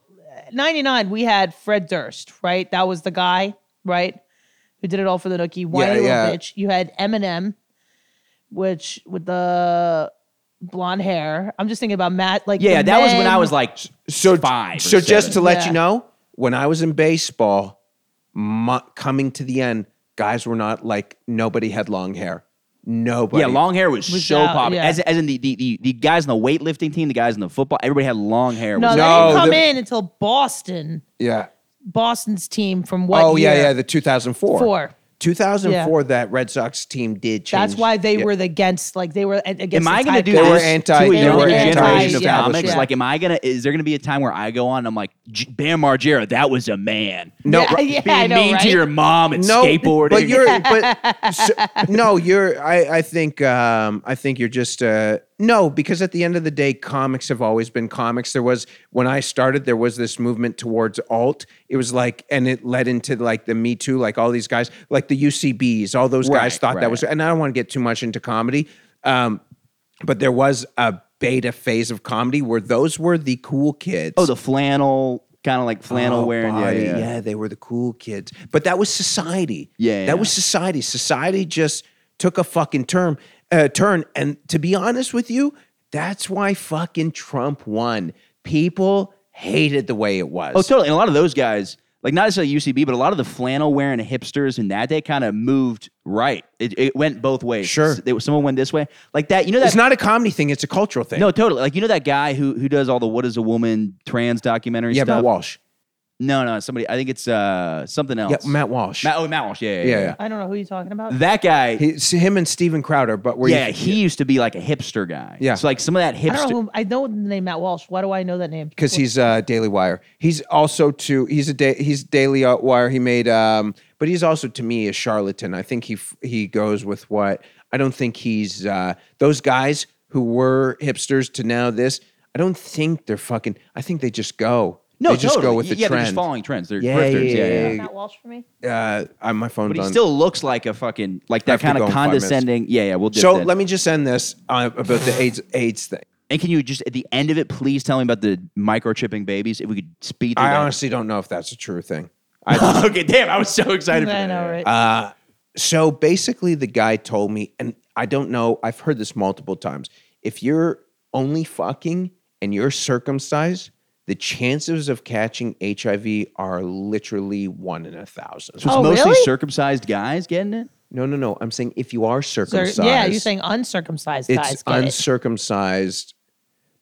S6: ninety nine. We had Fred Durst, right? That was the guy, right, who did it all for the nookie. Whiny
S7: Yeah,
S6: little
S7: yeah.
S6: bitch. You had Eminem, which with the blonde hair. I'm just thinking about Matt. Like
S5: yeah,
S6: the
S5: that was when
S6: men-
S5: I was like
S7: so
S5: five. or
S7: So just to
S5: seven.
S7: let
S6: Yeah.
S7: you know, when I was in baseball, mu coming to the end, guys were not like nobody had long hair. Nobody.
S5: yeah, long hair was,
S6: Was
S5: so
S6: out,
S5: popular.
S6: yeah.
S5: As, as in the, the, the, the guys on the weightlifting team, the guys in the football, everybody had long hair. It
S6: No,
S5: was
S6: they
S7: No,
S6: didn't come
S7: the-
S6: in until Boston.
S7: Yeah.
S6: Boston's team from what?
S7: oh yeah,
S6: year?
S7: yeah. The 2004.
S6: Four.
S7: 2004. That Red Sox team did change.
S6: That's why they
S7: Yeah.
S6: were the against. Like they were a- against.
S5: Am I
S6: going
S5: going to
S6: to
S5: do
S7: They
S5: this
S7: were anti-
S5: to a
S6: they
S5: younger
S6: were
S5: generation of
S6: anti-
S5: comics?
S6: yeah.
S5: Like, am I going to? Is there going to be a time where I go on? and I'm like, "J- Bam Margera, that was a man.
S7: No,
S6: Yeah, [laughs]
S7: right-
S6: yeah,
S5: Being
S6: I know,
S5: mean
S6: right?
S5: to your mom and skateboarding. [laughs]
S7: But you're, but so, no, you're. I, I think, um, I think you're just uh, no, because at the end of the day, comics have always been comics. There was when I started, there was this movement towards alt. It was like, and it led into like the Me Too, like all these guys, like the UCBs, all those
S5: Right,
S7: guys thought that
S5: right.
S7: was. And I don't want to get too much into comedy, um, but there was a beta phase of comedy where those were the cool kids.
S5: oh, the flannel, kind of like flannel
S7: Oh,
S5: wearing. Yeah,
S7: body.
S5: yeah.
S7: they were the cool kids. But that was society.
S5: Yeah, yeah.
S7: that was society. Society just took a fucking term uh, turn. And to be honest with you, that's why fucking Trump won. People hated the way it was.
S5: Oh, totally. And a lot of those guys, like not necessarily UCB, but a lot of the flannel wearing hipsters in that day kind of moved right. It, it went both ways.
S7: Sure.
S5: They- someone went this way, like that. You know that.
S7: it's not a comedy thing; it's a cultural thing.
S5: no, totally. Like you know that guy who who does all the "What Is a Woman" trans documentary
S7: yeah,
S5: stuff.
S7: Matt Walsh.
S5: No, no, somebody. I think it's uh something else.
S7: Yeah, Matt Walsh.
S5: Matt, oh, Matt Walsh. Yeah, yeah,
S7: yeah,
S5: yeah.
S7: yeah.
S6: I don't know who you're talking about.
S5: That guy.
S7: He- it's him and Steven Crowder. But were
S5: yeah,
S7: you,
S5: he used to be like a hipster guy.
S7: Yeah.
S5: So like some of that
S6: I don't know.
S5: hipster.
S6: Who, I know the name Matt Walsh. Why do I know that name?
S7: because he's uh, Daily Wire. He's also to he's a da- he's Daily uh, Wire. He made, um, but he's also to me a charlatan. I think he f- he goes with what I don't think he's uh, those guys who were hipsters to now this. I don't think they're fucking. I think they just go.
S5: No,
S7: they just
S5: totally.
S7: go with the
S5: yeah, they're
S7: trend.
S5: just following trends. They're
S7: Yeah,
S5: grifters.
S7: yeah,
S5: Yeah,
S7: yeah.
S5: yeah.
S6: Matt Walsh for me.
S7: uh, I, my phone's
S5: But he
S7: on.
S5: still looks like a fucking like that
S7: have to
S5: kind
S7: go
S5: of
S7: in five minutes.
S5: condescending. Yeah, yeah. We'll dip
S7: so
S5: in.
S7: let me just end this uh, about the AIDS AIDS thing.
S5: And can you just at the end of it, please tell me about the microchipping babies? If we could speed through
S7: I
S5: that.
S7: honestly don't know if that's a
S5: [laughs]
S7: true thing.
S5: okay, damn, I was so
S7: [laughs]
S5: excited for that.
S6: I know, right?
S7: so basically the guy told me and i don't know i've heard this multiple times if you're only fucking and you're circumcised the chances of catching hiv are literally one in a thousand
S5: So it's
S6: Oh,
S5: mostly
S6: really?
S5: circumcised guys getting it.
S7: No, no, no. I'm saying if you are
S6: Cir-
S7: circumcised.
S6: yeah, you're saying uncircumcised
S7: it's
S6: guys get it.
S7: uncircumcised.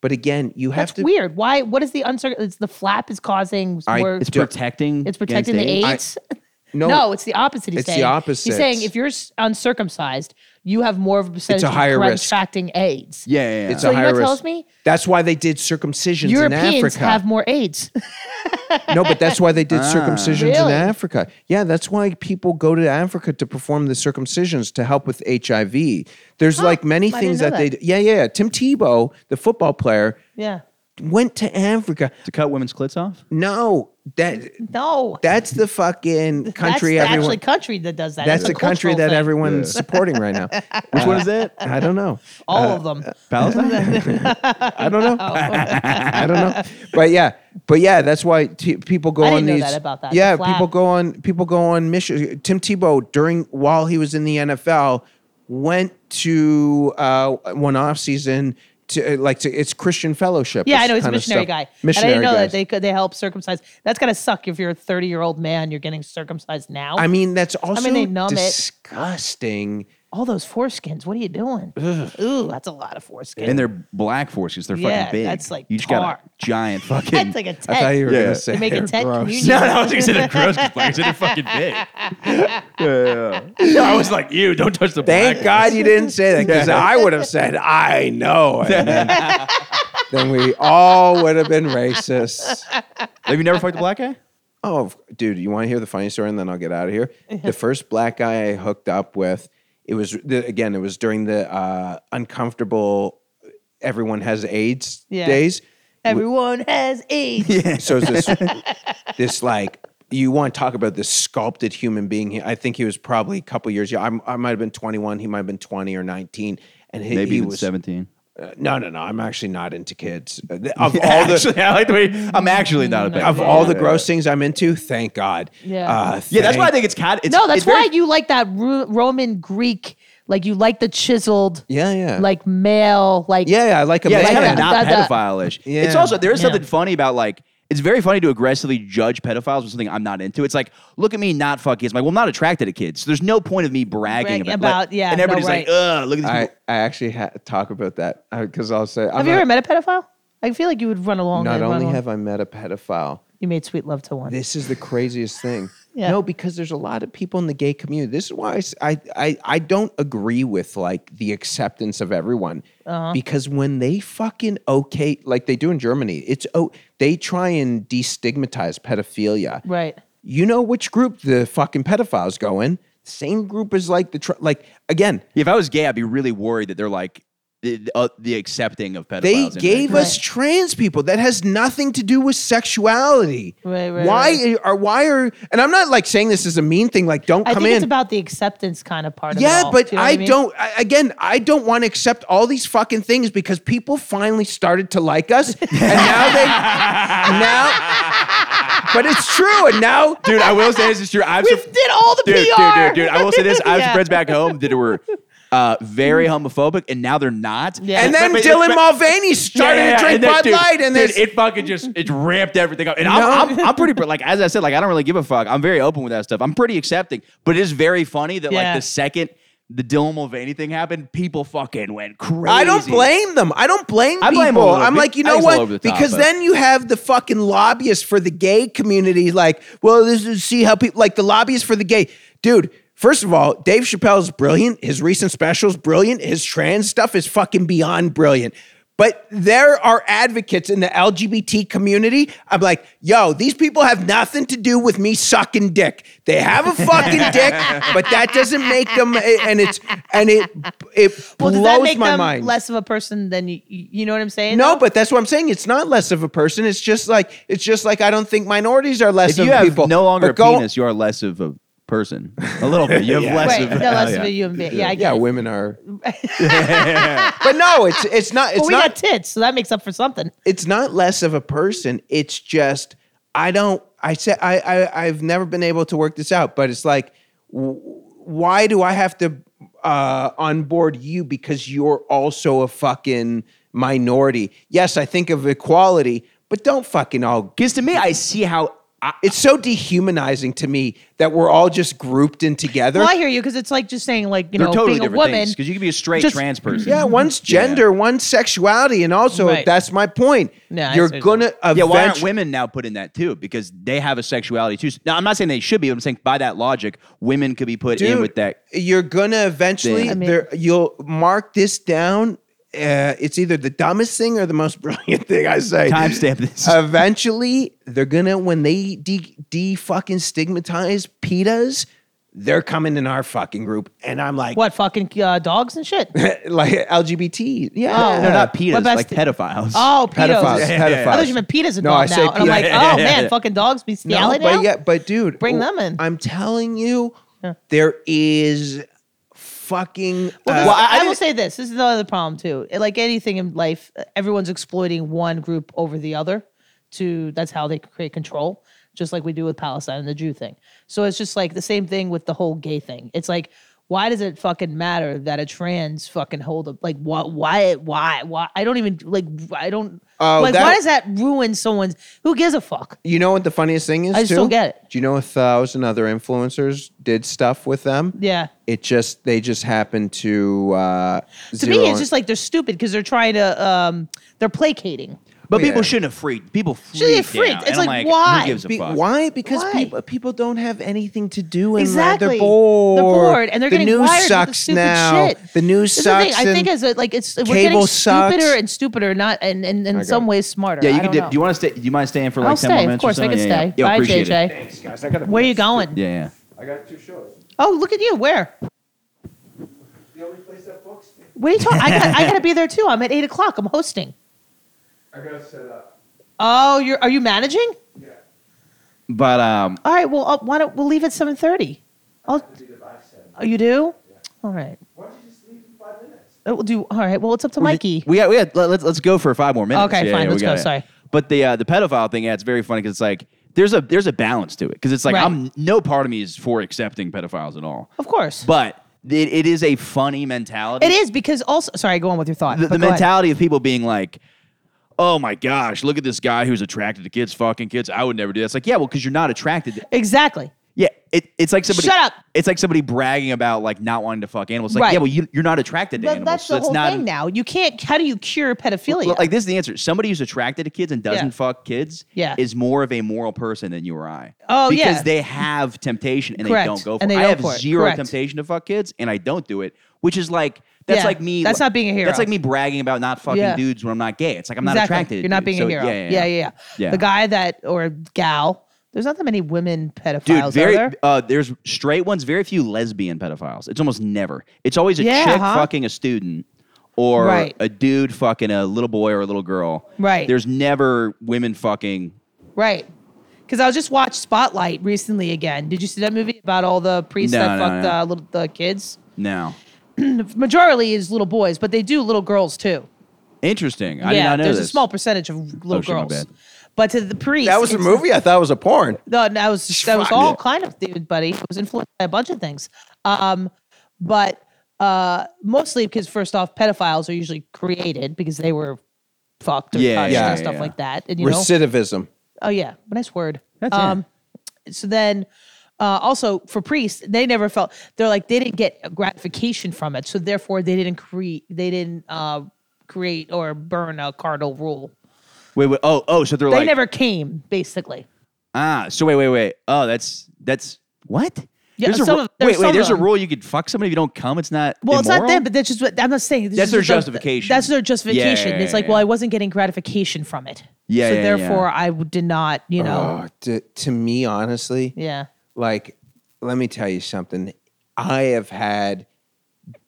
S7: But again, you
S6: That's
S7: have to.
S6: weird. Why? What is the uncircumcised? It's the flap is causing.
S7: I-
S6: more-
S5: It's
S6: it's,
S7: Dude,
S5: protecting.
S6: protecting the
S5: against
S6: AIDS.
S7: No,
S6: no, it's the opposite. He's
S7: It's the
S6: saying.
S7: opposite.
S6: He's saying if you're s- uncircumcised, you have more of a percentage
S7: a
S6: of
S7: higher risk.
S6: contracting AIDS.
S5: Yeah, yeah, yeah.
S7: it's
S6: So
S7: a
S6: you know
S7: higher
S6: what
S7: risk.
S6: tells me?
S7: That's why they did circumcisions in
S6: Europeans
S7: Africa.
S6: have more AIDS. [laughs]
S7: no, but that's why they did
S5: Ah.
S7: circumcisions in
S6: Really?
S7: Africa. Yeah, that's why people go to Africa to perform the circumcisions to help with HIV. There's like many
S6: I didn't
S7: things
S6: know
S7: that, they.
S6: that.
S7: d- Yeah, yeah. Tim Tebow, the football player,
S6: yeah.
S7: went to Africa.
S5: to cut women's clits off.
S7: No, that
S6: No.
S7: that's the fucking country
S6: That's the
S7: everyone.
S6: actually country that does that.
S7: that's
S6: It's a
S7: the country
S6: cultural
S7: that
S6: thing.
S7: everyone's supporting right now.
S5: [laughs] Which one is [laughs] that?
S7: I don't know.
S6: All
S7: Uh,
S6: of them.
S5: Palestine.
S7: I don't
S6: [laughs]
S7: know.
S6: Oh.
S7: [laughs] I don't know. But yeah, but yeah, that's why t- people go
S6: I didn't
S7: on
S6: know
S7: these.
S6: that about that, the
S7: Yeah,
S6: flap.
S7: people go on. People go on mission. Tim Tebow during while he was in the NFL went to uh, one off season to uh, like to it's Christian fellowship.
S6: Yeah,
S7: this
S6: I know. He's a
S7: kind of
S6: missionary
S7: stuff.
S6: guy.
S7: Missionary
S6: and I didn't know
S7: guys.
S6: that they could, they help circumcise. That's gotta suck if you're a 30 year old man. You're getting circumcised now.
S7: I mean, that's also
S6: they numb it.
S7: disgusting.
S6: All those foreskins. What are you doing? Ooh, that's a lot of foreskins.
S5: and they're black forces. They're
S6: Yeah,
S5: fucking big.
S6: that's like
S5: you just got
S6: tar.
S5: a giant fucking.
S6: [laughs] [laughs] that's like a tent.
S7: I thought you were
S5: Yeah.
S7: gonna say
S6: They make a
S7: they're
S6: tent
S7: gross. [laughs]
S5: [laughs]
S6: communion.
S5: no, no, I was gonna say they're gross. 'cause Like, I said they're fucking
S6: [laughs]
S5: big. No, I was like, you don't touch the.
S7: Thank
S5: black
S7: God you didn't say that because I would have said, I know. And then, [laughs] then we all would have been racist.
S5: Have you never fucked a black guy?
S7: Oh, f- dude, you want to hear the funny story and then I'll get out of here? The first black guy I hooked up with, it was, the, again, it was during the uh, uncomfortable, everyone has AIDS
S6: Yeah.
S7: days.
S6: [laughs] Everyone has AIDS. Yeah.
S7: So
S5: [laughs]
S7: it's this, this like you want to talk about this sculpted human being. He- I think he was probably a couple years. Yeah, I'm, I might have been 21. He might have been 20 or 19. And he,
S5: Maybe
S7: he
S5: even
S7: was [laughs]
S5: seventeen.
S7: uh, no, no, no. I'm actually not into kids.
S5: [laughs]
S7: Uh, th- Of all the
S5: actually, I like the way I'm actually not a big.
S7: of all the gross things I'm into, thank God.
S6: Yeah.
S7: Uh,
S5: Yeah, that's why I
S7: thank-
S5: think it's kind. It's,
S6: No, that's
S5: it's very-
S6: why you like that Ro- Roman Greek. Like you like the chiseled.
S7: Yeah, yeah.
S6: Like male. Like
S7: Yeah, yeah. I like a
S5: Yeah, it's
S7: man.
S5: kind of
S6: that.
S5: not
S6: That- that-
S5: pedophile-ish.
S7: Yeah.
S5: It's also there is
S6: Yeah.
S5: something funny about like it's very funny to aggressively judge pedophiles with something I'm not into. It's like look at me not fuck kids. I'm like well, I'm not attracted to kids. So there's no point of me bragging
S6: Brag-
S5: about,
S6: about- yeah,
S5: And
S6: no,
S5: everybody's like,
S6: right.
S5: ugh, look at these
S7: I,
S5: people.
S7: I actually ha- talk about that because I'll say.
S6: Have you ever met a pedophile? I feel like you would run along.
S7: Not
S6: and run
S7: only
S6: along.
S7: have I met a pedophile,
S6: you made sweet love to one.
S7: this is the craziest thing.
S6: [laughs] Yeah.
S7: No, because there's a lot of people in the gay community. This is why I s- I I, I don't agree with like the acceptance of everyone
S6: Uh-huh.
S7: because when they fucking okay like they do in Germany, it's oh they try and destigmatize pedophilia.
S6: right.
S7: You know which group the fucking pedophiles go in? Same group as like the tr- like again.
S5: If I was gay, I'd be really worried that they're like the, uh, the accepting of pedophiles.
S7: They
S5: in their
S7: gave
S5: group.
S7: us trans people. That has nothing to do with sexuality.
S6: Right, right,
S7: Why
S6: right.
S7: are why are? And I'm not like saying this is a mean thing. Like, don't
S6: I
S7: come
S6: think
S7: in.
S6: it's about the acceptance kind of part.
S7: yeah,
S6: of it all.
S7: but
S6: Do you know
S7: I,
S6: what mean?
S7: don't. I, again, I don't want to accept all these fucking things because people finally started to like us,
S5: [laughs]
S7: and now they and now. But it's true, and now
S5: dude. I will say this is true. I've
S6: We've did all the
S5: dude, dude,
S6: PR.
S5: dude, dude. I will say
S6: [laughs]
S5: this. I have
S6: Yeah.
S5: friends back home that were uh, very homophobic, and now they're not.
S6: Yeah.
S7: and then
S5: But- but-
S7: Dylan
S5: but-
S7: Mulvaney started
S5: Yeah, yeah, yeah.
S7: to drink
S5: then,
S7: Bud
S5: dude,
S7: Light, and
S5: dude,
S7: this.
S5: it fucking just it ramped everything up. And
S7: No.
S5: I'm, I'm, I'm pretty like as I said, like I don't really give a fuck. I'm very open with that stuff. I'm pretty accepting, but it is very funny that
S6: Yeah.
S5: like the second the Dylan Mulvaney thing happened, people fucking went crazy.
S7: I don't blame them. I don't blame
S5: I blame them a
S7: people.
S5: little
S7: I'm
S5: bit.
S7: like, you
S5: I
S7: know
S5: think it's all over
S7: what?
S5: the top,
S7: because
S5: but-
S7: then you have the fucking lobbyists for the gay community. Like, well, this is see how people like the lobbyists for the gay dude. First of all, Dave Chappelle's brilliant. His recent specials brilliant. His trans stuff is fucking beyond brilliant. But there are advocates in the LGBT community. I'm like, yo, these people have nothing to do with me sucking dick. They have a fucking dick, but that doesn't make them. And it's and it it
S6: Well, does
S7: blows
S6: that make
S7: my
S6: them
S7: mind.
S6: less of a person than you? You know what I'm saying?
S7: No, but that's what I'm saying. It's not less of a person. It's just like it's just like I don't think minorities are less
S5: If you
S7: of
S5: have
S7: people.
S5: no longer
S7: But
S5: a penis, you are less of a person. A little bit.
S7: [laughs]
S5: You have less
S6: Right,
S5: of.
S6: no,
S5: hell
S6: less
S5: yeah. [laughs]
S6: of a human being. Yeah, I
S7: Yeah,
S6: get it.
S7: women are. but no, it's it's not
S6: But
S7: it's
S6: we
S7: not
S6: got tits, so that makes up for something.
S7: it's not less of a person. It's just I don't. I said I, I I've never been able to work this out, but it's like w- why do I have to uh, onboard you because you're also a fucking minority? Yes, I think of equality, but don't fucking all
S5: Because to me, I see how
S7: it's so dehumanizing to me that we're all just grouped in together.
S6: Well, I hear you because it's like just saying like you
S5: They're
S6: know
S5: totally
S6: being a
S5: different
S6: woman.
S5: things because you could be a straight
S6: just-
S5: trans person.
S7: yeah, one's gender, one's sexuality, and also
S6: Right.
S7: that's my point.
S6: Yeah, I
S7: You're
S6: see what
S7: gonna
S5: Yeah, why aren't
S7: eventu-
S5: women now put in that too? Because they have a sexuality too. Now, I'm not saying they should be, but I'm saying by that logic, women could be put in
S7: Dude,
S5: with that.
S7: You're gonna eventually.
S5: Yeah. I
S6: mean-
S7: there, you'll mark this down. Uh, it's either the dumbest thing or the most [laughs] brilliant thing I say.
S6: [laughs]
S5: Timestamp this.
S7: Eventually, they're gonna when they de, de fucking stigmatize pitas, they're coming in our fucking group, and I'm like,
S6: What fucking uh, dogs and
S7: [laughs]
S6: shit?
S7: like LGBT? Yeah,
S6: Oh.
S5: no, not
S6: What
S5: pedos,
S6: about
S5: like
S6: sti-
S5: pedophiles.
S6: Oh, pedos.
S7: pedophiles. pedophiles.
S6: I thought you meant PETA's
S7: No, I
S6: involved
S7: say
S6: now. And
S5: [laughs]
S6: I'm like,
S7: PETA.
S6: oh man, fucking dogs be
S7: No,
S6: scaling
S7: but
S6: now?
S7: yeah, but dude,
S6: Bring
S7: w-
S6: them in.
S7: I'm telling you, there is fucking.
S6: Well,
S7: uh,
S6: this- I, will say this. This is the other problem too. Like anything in life, everyone's exploiting one group over the other. To that's how they create control, just like we do with Palestine and the Jew thing. So it's just like the same thing with the whole gay thing. It's like, why does it fucking matter that a trans fucking hold up? Like, why, why, why, why? I don't even like. I don't.
S7: Oh,
S6: like,
S7: that-
S6: why does that ruin someone's? Who gives a fuck?
S7: You know what the funniest thing is?
S6: I just
S7: too?
S6: don't get it.
S7: Do you know a thousand other influencers did stuff with them?
S6: Yeah.
S7: It just they just happened to. Uh,
S6: To me, it's just like they're stupid because they're trying to. um They're placating.
S5: but
S7: yeah.
S5: people shouldn't have freaked. People freaked.
S6: Shouldn't have freaked.
S5: out.
S6: It's
S5: And I'm
S6: like, why?
S5: Who gives a fuck?
S7: why? Because
S6: Why?
S7: people people don't have anything to do and
S6: Exactly.
S7: they're bored.
S6: They're bored, and they're
S7: the
S6: getting
S7: news
S6: wired with
S7: sucks
S6: the stupid
S7: now.
S6: shit.
S7: The news
S6: That's
S7: sucks.
S6: The thing. I
S7: and-
S6: think as a, like it's we're
S7: cable
S6: getting
S7: sucks.
S6: stupider and stupider, not and and, and in some ways smarter.
S5: Yeah, you
S6: I
S5: can
S6: don't
S5: dip.
S6: know.
S5: Do you want to stay? Do you mind staying for like 10
S6: I'll stay,
S5: more
S6: of
S5: minutes? or
S6: course, I
S5: something?
S6: can
S5: Yeah,
S6: stay.
S5: Yeah, yeah.
S6: Bye,
S5: appreciate
S6: JJ.
S5: It.
S6: Where are you going?
S5: Yeah, yeah.
S6: Oh, look at you. Where? What are you talking? I got I gotta be there too. I'm at eight o'clock. I'm hosting. I gotta set up. Oh, you're are you managing?
S5: But um,
S6: All right. Well, uh, why don't we'll leave at seven thirty? I'll. Oh, you do? All right. Why don't you just leave in five minutes? do. All right. Uh, Well, it's up to Mikey.
S5: We had, we had, let, us let's go for five more minutes.
S6: Okay, fine,
S5: we
S6: let's go,
S5: gotta-
S6: sorry.
S5: But the uh, the pedophile thing, yeah, it's very funny because it's like there's a there's a balance to it because it's like
S6: Right.
S5: I'm no part of me is for accepting pedophiles at all,
S6: of course.
S5: but it, it is a funny mentality.
S6: It is because also sorry, go on with your thought.
S5: the,
S6: but
S5: the
S6: go ahead.
S5: mentality of people being like. Oh my gosh! Look at this guy who's attracted to kids, fucking kids. I would never do that. It's like, yeah, well, because you're not attracted. To,
S6: Exactly.
S5: yeah, it, it's like somebody.
S6: Shut up.
S5: It's like somebody bragging about like not wanting to fuck animals. Like,
S6: Right.
S5: yeah, well, you, you're not attracted to
S6: That-
S5: animals.
S6: that's
S5: so
S6: the whole
S5: not
S6: thing now. You can't how do you cure pedophilia?
S5: Look, Like this is the answer. Somebody who's attracted to kids and doesn't
S6: Yeah.
S5: fuck kids
S6: Yeah.
S5: is more of a moral person than you or I.
S6: Oh,
S5: because
S6: yeah.
S5: they have temptation and
S6: Correct.
S5: they don't go for
S6: And
S5: it.
S6: they
S5: I
S6: go
S5: have
S6: for it.
S5: zero
S6: Correct.
S5: temptation to fuck kids and I don't do it, which is like that's
S6: Yeah.
S5: like me.
S6: That's not being a hero.
S5: That's like me bragging about not fucking
S6: Yeah.
S5: dudes when I'm not gay. It's like I'm not
S6: exactly.
S5: attracted. to
S6: You're not
S5: dudes.
S6: being
S5: So,
S6: a hero.
S5: Yeah, yeah, yeah. Yeah.
S6: The guy that or gal. There's not that many women
S5: Dude,
S6: pedophiles
S5: very
S6: are there.
S5: uh, there's straight ones, very few lesbian pedophiles. It's almost never. It's always a
S6: Yeah,
S5: chick
S6: huh?
S5: fucking a student or
S6: Right.
S5: a dude fucking a little boy or a little girl.
S6: Right.
S5: There's never women fucking
S6: Right. Because I was just watched Spotlight recently again. Did you see that movie about all the priests
S5: No,
S6: that
S5: no,
S6: fucked
S5: no.
S6: Uh, little the kids?
S5: now.
S6: Majority is little boys, but they do little girls too.
S5: Interesting. I did
S6: yeah,
S5: not know
S6: there's
S5: this.
S6: a small percentage of little
S5: Oh, shit, my
S6: girls.
S5: bad.
S6: But to the priest,
S7: that was a
S6: it's-
S7: movie. I thought it was a porn.
S6: No, that was that was
S7: Fuck.
S6: all kind of dude, buddy. It was influenced by a bunch of things. Um, but uh, mostly because first off, pedophiles are usually created because they were fucked or
S5: Yeah,
S6: touched
S5: yeah,
S6: and stuff
S5: yeah.
S6: like that. And you know,
S7: Recidivism.
S6: oh yeah, nice word. um, so then. Uh, also, for priests, they never felt they're like they didn't get gratification from it, so therefore they didn't create they didn't uh, create or burn a cardinal rule.
S5: Wait, wait. Oh, oh. So they're
S6: They
S5: like
S6: never came, basically.
S5: ah. So wait, wait, wait. Oh, that's that's what?
S6: Yeah,
S5: There's a
S6: some
S5: ru-
S6: of- there's
S5: wait,
S6: some
S5: wait.
S6: of
S5: There's a
S6: them.
S5: rule you could fuck somebody if you don't come. It's not
S6: Well, it's not
S5: immoral?
S6: them, but that's just what I'm not saying. This
S5: That's
S6: is
S5: their
S6: just a-
S5: justification.
S6: that's their justification.
S5: yeah,
S6: it's like,
S5: yeah,
S6: well,
S5: yeah.
S6: I wasn't getting gratification from it.
S5: Yeah,
S6: So
S5: yeah, yeah.
S6: therefore, I w- did not, you know.
S7: Oh, to, to me, honestly,
S6: yeah.
S7: like, let me tell you something. I have had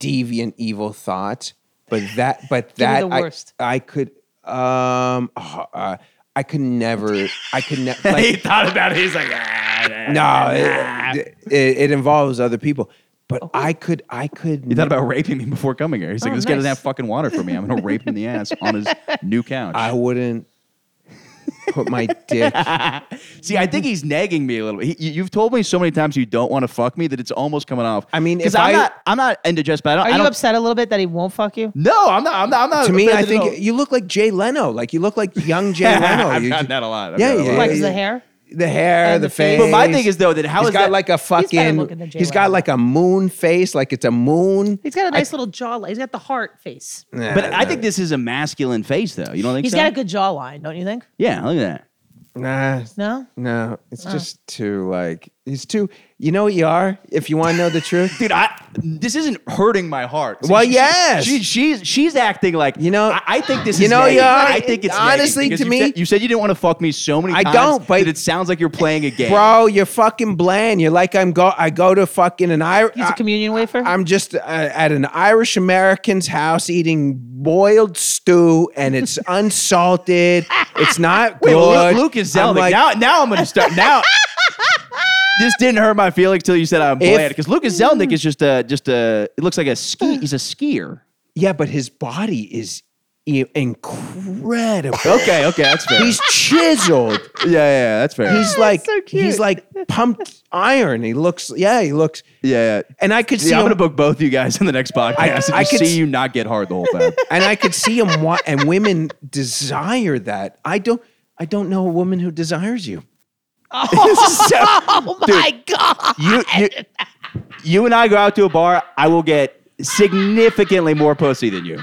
S7: deviant, evil thoughts, but that, but
S6: [laughs] Give me
S7: that,
S6: the
S7: I-
S6: worst.
S7: I, could, um, oh, uh, I could never, I
S6: [laughs]
S7: could
S5: [laughs]
S7: never,
S5: he
S7: like,
S5: thought about it. He's like, ah, nah.
S7: no, it, it, it involves other people, but I could, I could,
S5: He thought about raping me before coming here. He's like,
S6: Oh,
S5: this guy doesn't
S6: nice.
S5: have fucking water for me. I'm
S6: [laughs]
S5: gonna rape him in the ass on his new couch.
S7: I wouldn't put my
S6: [laughs]
S7: dick.
S5: See, I think he's nagging me a little bit. He, you- you've told me so many times you don't want to fuck me that it's almost coming off.
S7: I mean,
S5: 'Cause
S7: if
S5: I'm
S7: I-
S5: not, I'm not into just, but I don't.
S6: Are
S5: I
S6: you
S5: don't-
S6: upset a little bit that he won't fuck you?
S5: No, I'm not. I'm not. I'm not
S7: To me, I
S5: offended at all.
S7: think you look like Jay Leno. Like you look like young Jay Leno.
S5: I've
S7: You-
S6: [laughs]
S5: gotten that a lot. [laughs] I've
S7: Yeah,
S5: gotten that a
S7: yeah,
S5: lot.
S6: Why?
S7: yeah,
S6: Because
S7: yeah.
S6: the hair?
S7: the hair,
S6: And
S7: the,
S6: the
S7: face.
S6: face.
S5: But my thing is though that how
S7: he's
S5: is
S7: got
S5: that
S7: like a
S6: look in
S7: fucking.
S6: the
S7: He's got
S6: JY.
S7: like a moon face, like it's a moon.
S6: He's got a nice little jawline. He's got the heart face.
S5: But I think this is a masculine face though. You don't think
S6: He's
S5: so?
S6: got a good jawline, don't you think?
S5: yeah, look at that.
S7: Nah,
S6: No.
S7: no, it's
S5: Uh.
S7: just too like he's too. You know what you are? If you want to know
S5: [laughs]
S7: the truth,
S5: Dude, I this isn't hurting my heart. See,
S7: Well,
S5: she-
S7: yes.
S5: She, she's she's acting like
S7: You know-
S5: I, I think this
S7: You
S5: is
S7: know,
S5: negative.
S7: you are-
S5: I think it's negative
S7: honestly,
S5: because
S7: to
S5: you
S7: me-
S5: said, you said you didn't want to fuck me so many
S7: I
S5: times.
S7: don't, but-
S5: that it sounds like you're playing a game.
S7: bro, you're fucking bland. You're like I'm go. I go to fucking an I.
S6: He's a communion wafer.
S7: I'm just uh, at an Irish American's house eating boiled stew,
S5: [laughs]
S7: and it's unsalted. it's not
S5: Wait,
S7: good.
S5: well, Lu- Luke is
S7: I'm
S5: Zelda.
S7: like,
S5: now, now I'm gonna start. [laughs] Now, this didn't hurt my feelings till you said I'm
S7: If-
S5: glad because Lucas Zelnick is just a just a. It looks like a ski. He's a [laughs] skier.
S7: yeah, but his body is i- incredible.
S5: Okay, okay, that's fair.
S7: He's
S6: [laughs]
S7: chiseled.
S5: yeah, yeah, that's fair.
S7: He's like
S6: so cute.
S7: he's like pumped iron. He looks yeah, he looks
S5: yeah, yeah.
S7: and I could see
S5: Yeah, I'm
S7: him
S5: gonna book both you guys in the next podcast. I,
S7: I- I
S5: just
S7: could
S5: see
S7: s-
S5: you not get hard the whole time.
S7: and I could see him wa- and women desire that. I don't I don't know a woman who desires you.
S6: [laughs] [laughs]
S5: [laughs]
S6: [laughs] oh my god!
S5: you, you, you and I go out to a bar. I will get significantly more pussy than you.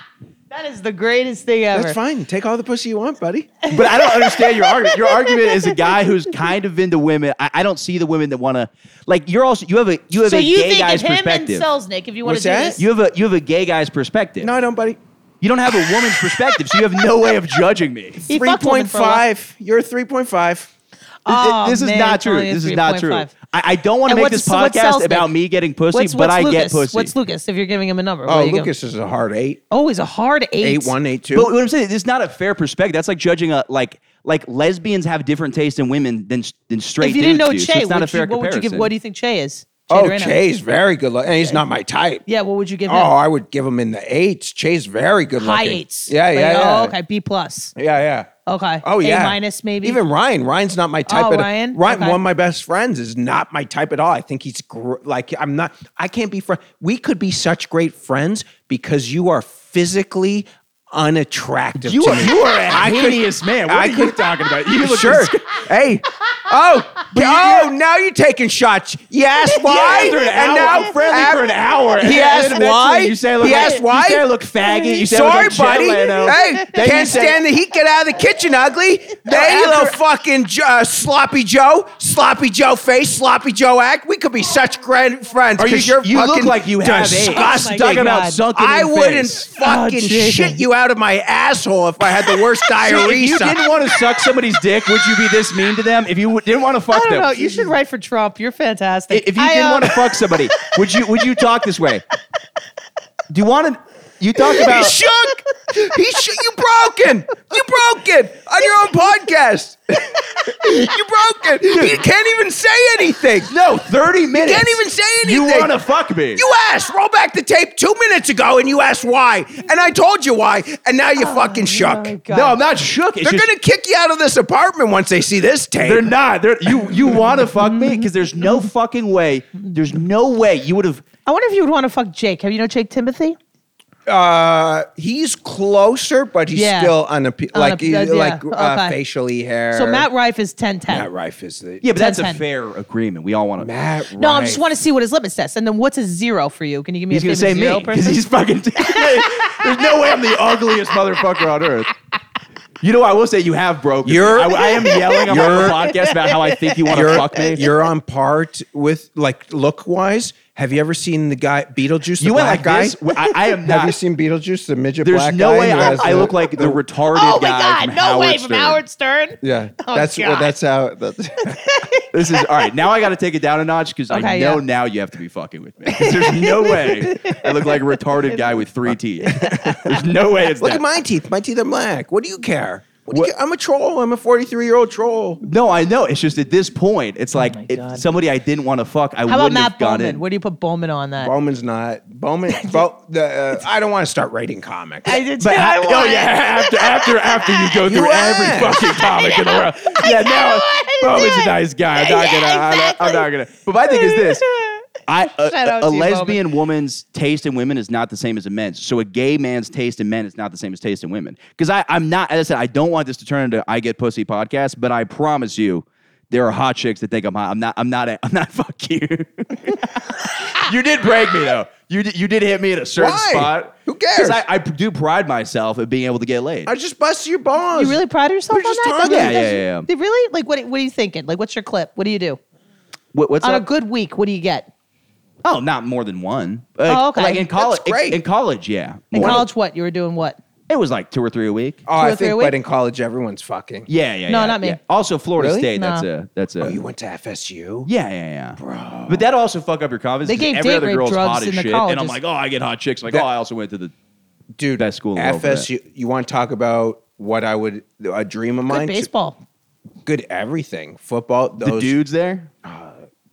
S6: That is the greatest thing ever.
S7: That's fine. Take all the pussy you
S6: [laughs]
S7: want, buddy.
S5: But I don't understand your argument. Your argument is a guy who's kind of into women. I, I don't see the women that want to like. You're also you have a you have
S6: So
S5: a
S6: you
S5: gay
S6: think
S5: guy's
S6: of him and
S5: perspective.
S6: Selznick, if you want
S7: What's
S6: to do
S7: that?
S6: this,
S5: you have a you have a gay guy's perspective.
S7: No, I don't, buddy.
S5: you don't have a woman's perspective, so you have no way of judging me.
S6: he
S7: Three
S6: fucked women
S7: point
S6: for a while.
S7: five. You're three point five.
S6: Oh,
S5: this is
S6: man,
S5: not
S6: it's
S5: true.
S6: only a
S5: This is not true. I,
S6: 3.5.
S5: I don't want to
S6: And
S5: make
S6: what's-
S5: this
S6: so what's
S5: podcast
S6: Selznick?
S5: about me getting pussy,
S6: What's,
S5: but
S6: what's
S5: I
S6: Lucas?
S5: get pussy.
S6: What's Lucas? If you're giving him a number,
S7: Oh,
S6: Where you go?
S7: Lucas is a hard eight.
S6: Always a hard eight.
S7: Eight one, eight two.
S5: But what I'm saying, this is not a fair perspective. That's like judging a like like lesbians have different taste in women than than straight.
S6: If you didn't
S5: dudes do,
S6: know Che,
S5: so it's not
S6: would
S5: a fair
S6: you, what would you
S5: comparison.
S6: give? What do you think Che is? Che
S7: oh,
S6: Doreno.
S7: Che's very good looking. And he's not my type.
S6: Yeah, what would you give
S7: Oh,
S6: him?
S7: I would give him in the eights. Che's very good looking.
S6: High eights.
S7: Yeah,
S6: Like,
S7: yeah, yeah.
S6: oh, okay, B plus.
S7: Yeah, yeah.
S6: Okay.
S7: Oh yeah,
S6: A minus maybe.
S7: Even Ryan, Ryan's not my type.
S6: Oh,
S7: at,
S6: Ryan?
S7: Ryan,
S6: Okay.
S7: one of my best friends, is not my type at all. I think he's gr- like I'm not. I can't be friend. We could be such great friends because you are physically unattractive.
S5: You
S7: to
S5: are-
S7: me.
S5: you are a
S7: I could-
S5: heinous man. What
S7: I
S5: are you talking about? You look
S7: sure. Hey. Oh, oh! Now you're taking shots. You asked why,
S5: after an
S7: and
S5: hour,
S7: now
S5: friendly
S7: af-
S5: for an hour.
S7: He
S5: And
S7: asked
S5: then eventually
S7: why.
S5: you say I look
S7: he
S5: like-
S7: asked
S5: you
S7: why.
S5: say I look faggot, you say I look
S7: sorry,
S5: like Jay
S7: buddy.
S5: Leno.
S7: Hey,
S5: Then you
S7: can't
S5: say-
S7: stand the heat. Get out of the kitchen, ugly. There you little fucking J- uh, sloppy Joe, sloppy Joe face, sloppy Joe act. We could be such great friends.
S5: Are you-
S7: 'cause you're
S5: you look
S7: fucking
S5: like you have AIDS.
S7: disgusting.
S5: Talking about
S6: God.
S5: sunken
S7: I
S5: in
S7: wouldn't
S5: face.
S7: fucking shit you out of my asshole if I had the
S5: [laughs]
S7: worst diarrhea.
S5: If you didn't want to suck somebody's dick, would you be this mean to them? If you w- didn't want to
S6: I
S5: fuck
S6: don't
S5: them,
S6: know. You should write for Trump. You're
S5: I-
S6: fantastic.
S5: if you
S6: I,
S5: didn't
S6: um,
S5: want to fuck somebody, would you would you talk this way? Do you want to? You
S6: [laughs]
S5: talk
S7: He
S5: about
S7: shook. He shook. You broken. You broken on your own podcast. [laughs] you broken. You can't even say anything.
S5: no thirty minutes.
S7: can't even say
S5: You
S7: anything.
S5: want to fuck me?
S7: You asked. Roll back the tape two minutes ago, and you asked why, and I told you why, and now you fucking shook.
S6: Oh my God.
S5: no, I'm not shook. It's
S7: They're
S5: just-
S7: gonna kick you out of this apartment once they see this tape.
S5: They're not. They're, you
S7: [laughs]
S5: you want to fuck me? Because there's no fucking way. There's no way you would have.
S6: I wonder if you would want to fuck Jake. Have you know Jake Timothy?
S7: uh, he's closer, but he's
S6: Yeah.
S7: still unappe- like
S6: Unappe- uh,
S7: uh, like
S6: yeah.
S7: uh,
S6: Okay.
S7: facially hair.
S6: So Matt Rife is 10 10.
S7: Matt Rife is the
S5: Yeah, but that's a
S6: 10-10.
S5: fair agreement. We all want to.
S7: Matt
S6: No, I just
S7: Rife.
S6: want to see what his litmus test. And then what's a zero for you? Can you give me
S5: He's
S6: a
S5: gonna
S6: famous
S5: say
S6: zero
S5: me because
S6: person?
S5: he's fucking. [laughs] there's no way I'm the ugliest motherfucker on earth. You know, I will say you have broken. me.
S7: You're-
S5: I, I am yelling I'm on
S7: You're-
S5: the podcast about how I think you want to
S7: you're,
S5: fuck me.
S7: you're on par t- with like look wise. Have you ever seen the guy Beetlejuice? The
S5: You went
S7: black
S5: like
S7: guy?
S5: this. I, I am
S7: Have you
S5: not.
S7: seen Beetlejuice, the midget
S5: There's
S7: black
S5: no
S7: guy?
S5: way
S7: who
S5: I,
S7: has
S5: I
S7: the-
S5: look like the, retarded
S6: oh my
S5: guy.
S6: God.
S5: from
S6: No
S5: Howard
S6: way from
S5: Stern.
S6: Howard Stern.
S7: Yeah,
S6: Oh,
S7: that's
S6: God.
S7: that's how. That's,
S5: This is all right. Now I got to take it down a notch because I
S6: Okay,
S5: know
S6: yeah.
S5: now you have to be fucking with me. 'Cause There's no way I look like a retarded guy with three teeth. There's no way it's
S7: look
S5: that.
S7: at my teeth. My teeth are black. What do you care? What do you
S5: What-
S7: care? I'm a troll. I'm a 43 year old troll.
S5: no, I know. It's just at this point, it's like
S6: Oh my
S5: it-
S6: God.
S5: somebody I didn't want to fuck. I
S6: How about
S5: wouldn't
S6: Matt
S5: have gone
S6: Bowman?
S5: in.
S6: Where do you put Bowman on that?
S7: Bowman's not [laughs] Bowman. Bo, the, uh, I don't want to start writing comics.
S6: I did
S5: But
S6: too. I
S5: ha- oh
S6: want
S5: yeah,
S6: it.
S5: after after after you go
S7: You
S5: through every
S6: [laughs]
S7: asked.
S5: fucking comic in the world. Yeah, now
S6: wanted to
S5: Bowman's
S6: do
S5: a
S6: it.
S5: nice guy. I'm not
S6: Yeah,
S5: gonna. I'm not- I'm not
S6: exactly.
S5: gonna. But my thing is this. I
S6: Shout
S5: a-
S6: out
S5: a, a
S6: to you,
S5: lesbian woman's taste in women is not the same as a men's. So a gay man's taste in men is not the same as taste in women. Because I I'm not as I said I don't want this to turn into I get pussy podcast, but I promise you There are hot chicks that think I'm hot. I'm not. I'm not. A, I'm not. [laughs] Fuck you. you did break me though. You did, you did hit me at a certain
S7: Why?
S5: spot.
S7: Who cares?
S5: 'Cause I, I do pride myself at being able to get laid.
S7: I just busted your
S6: [laughs]
S7: balls.
S6: You really pride yourself
S7: We're
S6: on
S7: just
S6: that?
S7: talking.
S5: Yeah,
S6: That's-
S5: yeah, yeah, yeah.
S6: They Really? Like, what? What are you thinking? Like, what's your clip? What do you do
S5: What- what's
S6: on
S5: up?
S6: a good week? What do you get
S5: Oh, not more than one. Like,
S6: Oh, okay.
S5: Like in college,
S7: great.
S5: In, college, yeah.
S6: in
S5: More.
S6: college? What you were doing? What?
S5: It was like two or three a week.
S7: Oh,
S6: Two
S7: I
S6: or three
S7: think,
S6: a
S7: but
S6: week?
S7: in college, everyone's fucking.
S5: Yeah, yeah,
S6: No,
S5: yeah,
S6: not me.
S5: yeah. Also, Florida
S7: Really?
S5: State. That's
S6: No.
S5: a that's a.
S7: Oh, you went to FSU?
S5: yeah, yeah, yeah. Bro. But that also fuck up your confidence.
S6: They
S5: 'cause
S6: gave
S5: every
S6: date
S5: other
S6: rape
S5: girl's
S6: drugs
S5: hot as
S6: in the
S5: shit, and I'm
S6: colleges.
S5: like, oh, I get hot chicks. Like,
S7: That-
S5: oh, I also went to the.
S7: Dude,
S5: Best school in the world for that.
S7: FSU. You want to talk about what I would, a dream of
S6: Good
S7: mine?
S6: baseball.
S7: Good everything. Football,
S5: The
S7: those
S5: dudes there?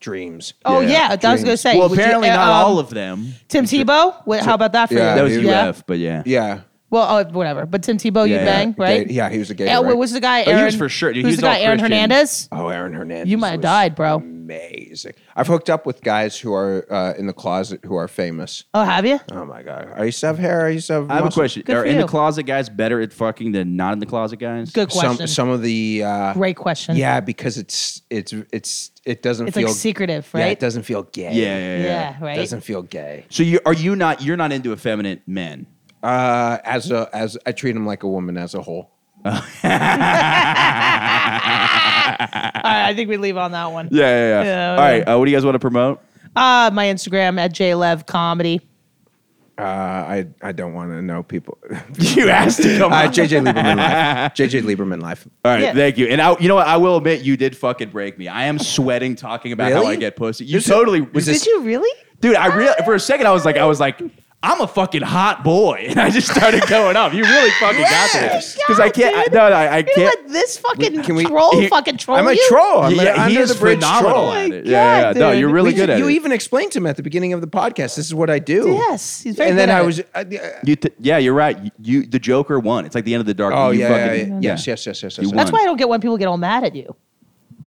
S7: dreams.
S6: oh
S5: yeah,
S6: yeah, I was gonna say.
S5: well,
S6: would you-
S5: apparently
S6: uh,
S5: not
S6: um,
S5: all of them.
S6: Tim Tebow. What, how about that for
S7: Yeah,
S6: you?
S5: That was
S7: dude.
S6: Yeah.
S5: UF, but yeah.
S7: Yeah.
S6: Well, oh, whatever. But Tim Tebow,
S5: Yeah,
S6: you
S5: yeah.
S6: bang, right?
S7: Gay- yeah, he was a gay.
S6: Yeah,
S7: right?
S6: what was the guy?
S5: Oh,
S6: Aaron,
S5: he was for sure- dude,
S6: who's
S5: he's
S6: the guy?
S5: all
S6: Aaron
S5: Christian.
S6: Hernandez.
S7: Oh, Aaron Hernandez.
S6: You might have
S7: was
S6: died, bro.
S7: Amazing. I've hooked up with guys who are uh, in the closet who are famous.
S6: Oh, have you?
S7: Oh my god! I used to have hair. I used to have.
S5: I have a
S7: muscle.
S5: question.
S6: Good
S5: Are
S6: for
S5: in the
S6: you.
S5: closet guys better at fucking than not in the closet guys?
S6: Good question.
S7: Some some of the uh,
S6: Great question.
S7: yeah because it's it's it's it doesn't
S6: It's like
S7: feel
S6: secretive,
S7: Yeah,
S6: right?
S7: it doesn't feel gay.
S5: Yeah, yeah, yeah.
S6: Yeah, right.
S7: Doesn't feel gay.
S5: So you are you not you're not into effeminate men?
S7: Uh, as a as I treat him like a woman as a whole.
S6: All right, I think we leave on that one.
S5: Yeah, yeah,
S6: Yeah,
S5: All right. Uh, what do you guys want to
S7: [laughs]
S5: promote?
S6: Uh, my Instagram at jlev comedy.
S7: Uh, I I don't want to
S5: [laughs]
S7: know people.
S5: you asked to come
S7: uh, JJ Lieberman
S5: [laughs]
S7: life. JJ Lieberman life.
S5: All right,
S6: Yeah.
S5: thank you. And I, you know what? I will admit, you did fucking break me. I am sweating talking about how I
S7: Really?
S5: get pussy. You totally was
S6: Did you really?
S5: dude. I real for a second, I was like, I was like, I'm a fucking hot boy, [laughs] and I just started going off. You really fucking got there because I can't. I, no, no, I, I
S6: You
S5: can't.
S6: let this fucking
S7: can we-
S6: troll
S5: he-
S6: fucking troll
S7: I'm a
S6: you?
S7: troll. oh, I'm
S5: Yeah,
S7: a
S5: yeah, he
S7: under
S5: is
S7: the bridge
S5: phenomenal
S7: troll.
S5: at it.
S6: my
S5: yeah, yeah,
S6: God,
S5: no,
S6: dude.
S5: you're really
S6: We
S5: good at
S7: you
S5: it.
S7: even explained to him at the beginning of the podcast. This is what I do.
S6: Yes, he's very
S7: and then
S6: good at
S7: I
S6: it.
S7: was. Uh, yeah.
S5: You t- yeah, you're right. You, you- the Joker won. It's like the end of the dark.
S7: oh
S5: you
S7: yeah, yeah,
S5: fucking-
S7: yeah. Yes, yes, yes, yes. yes,
S5: You
S7: yes.
S5: won.
S6: That's why I don't get when people get all mad at you.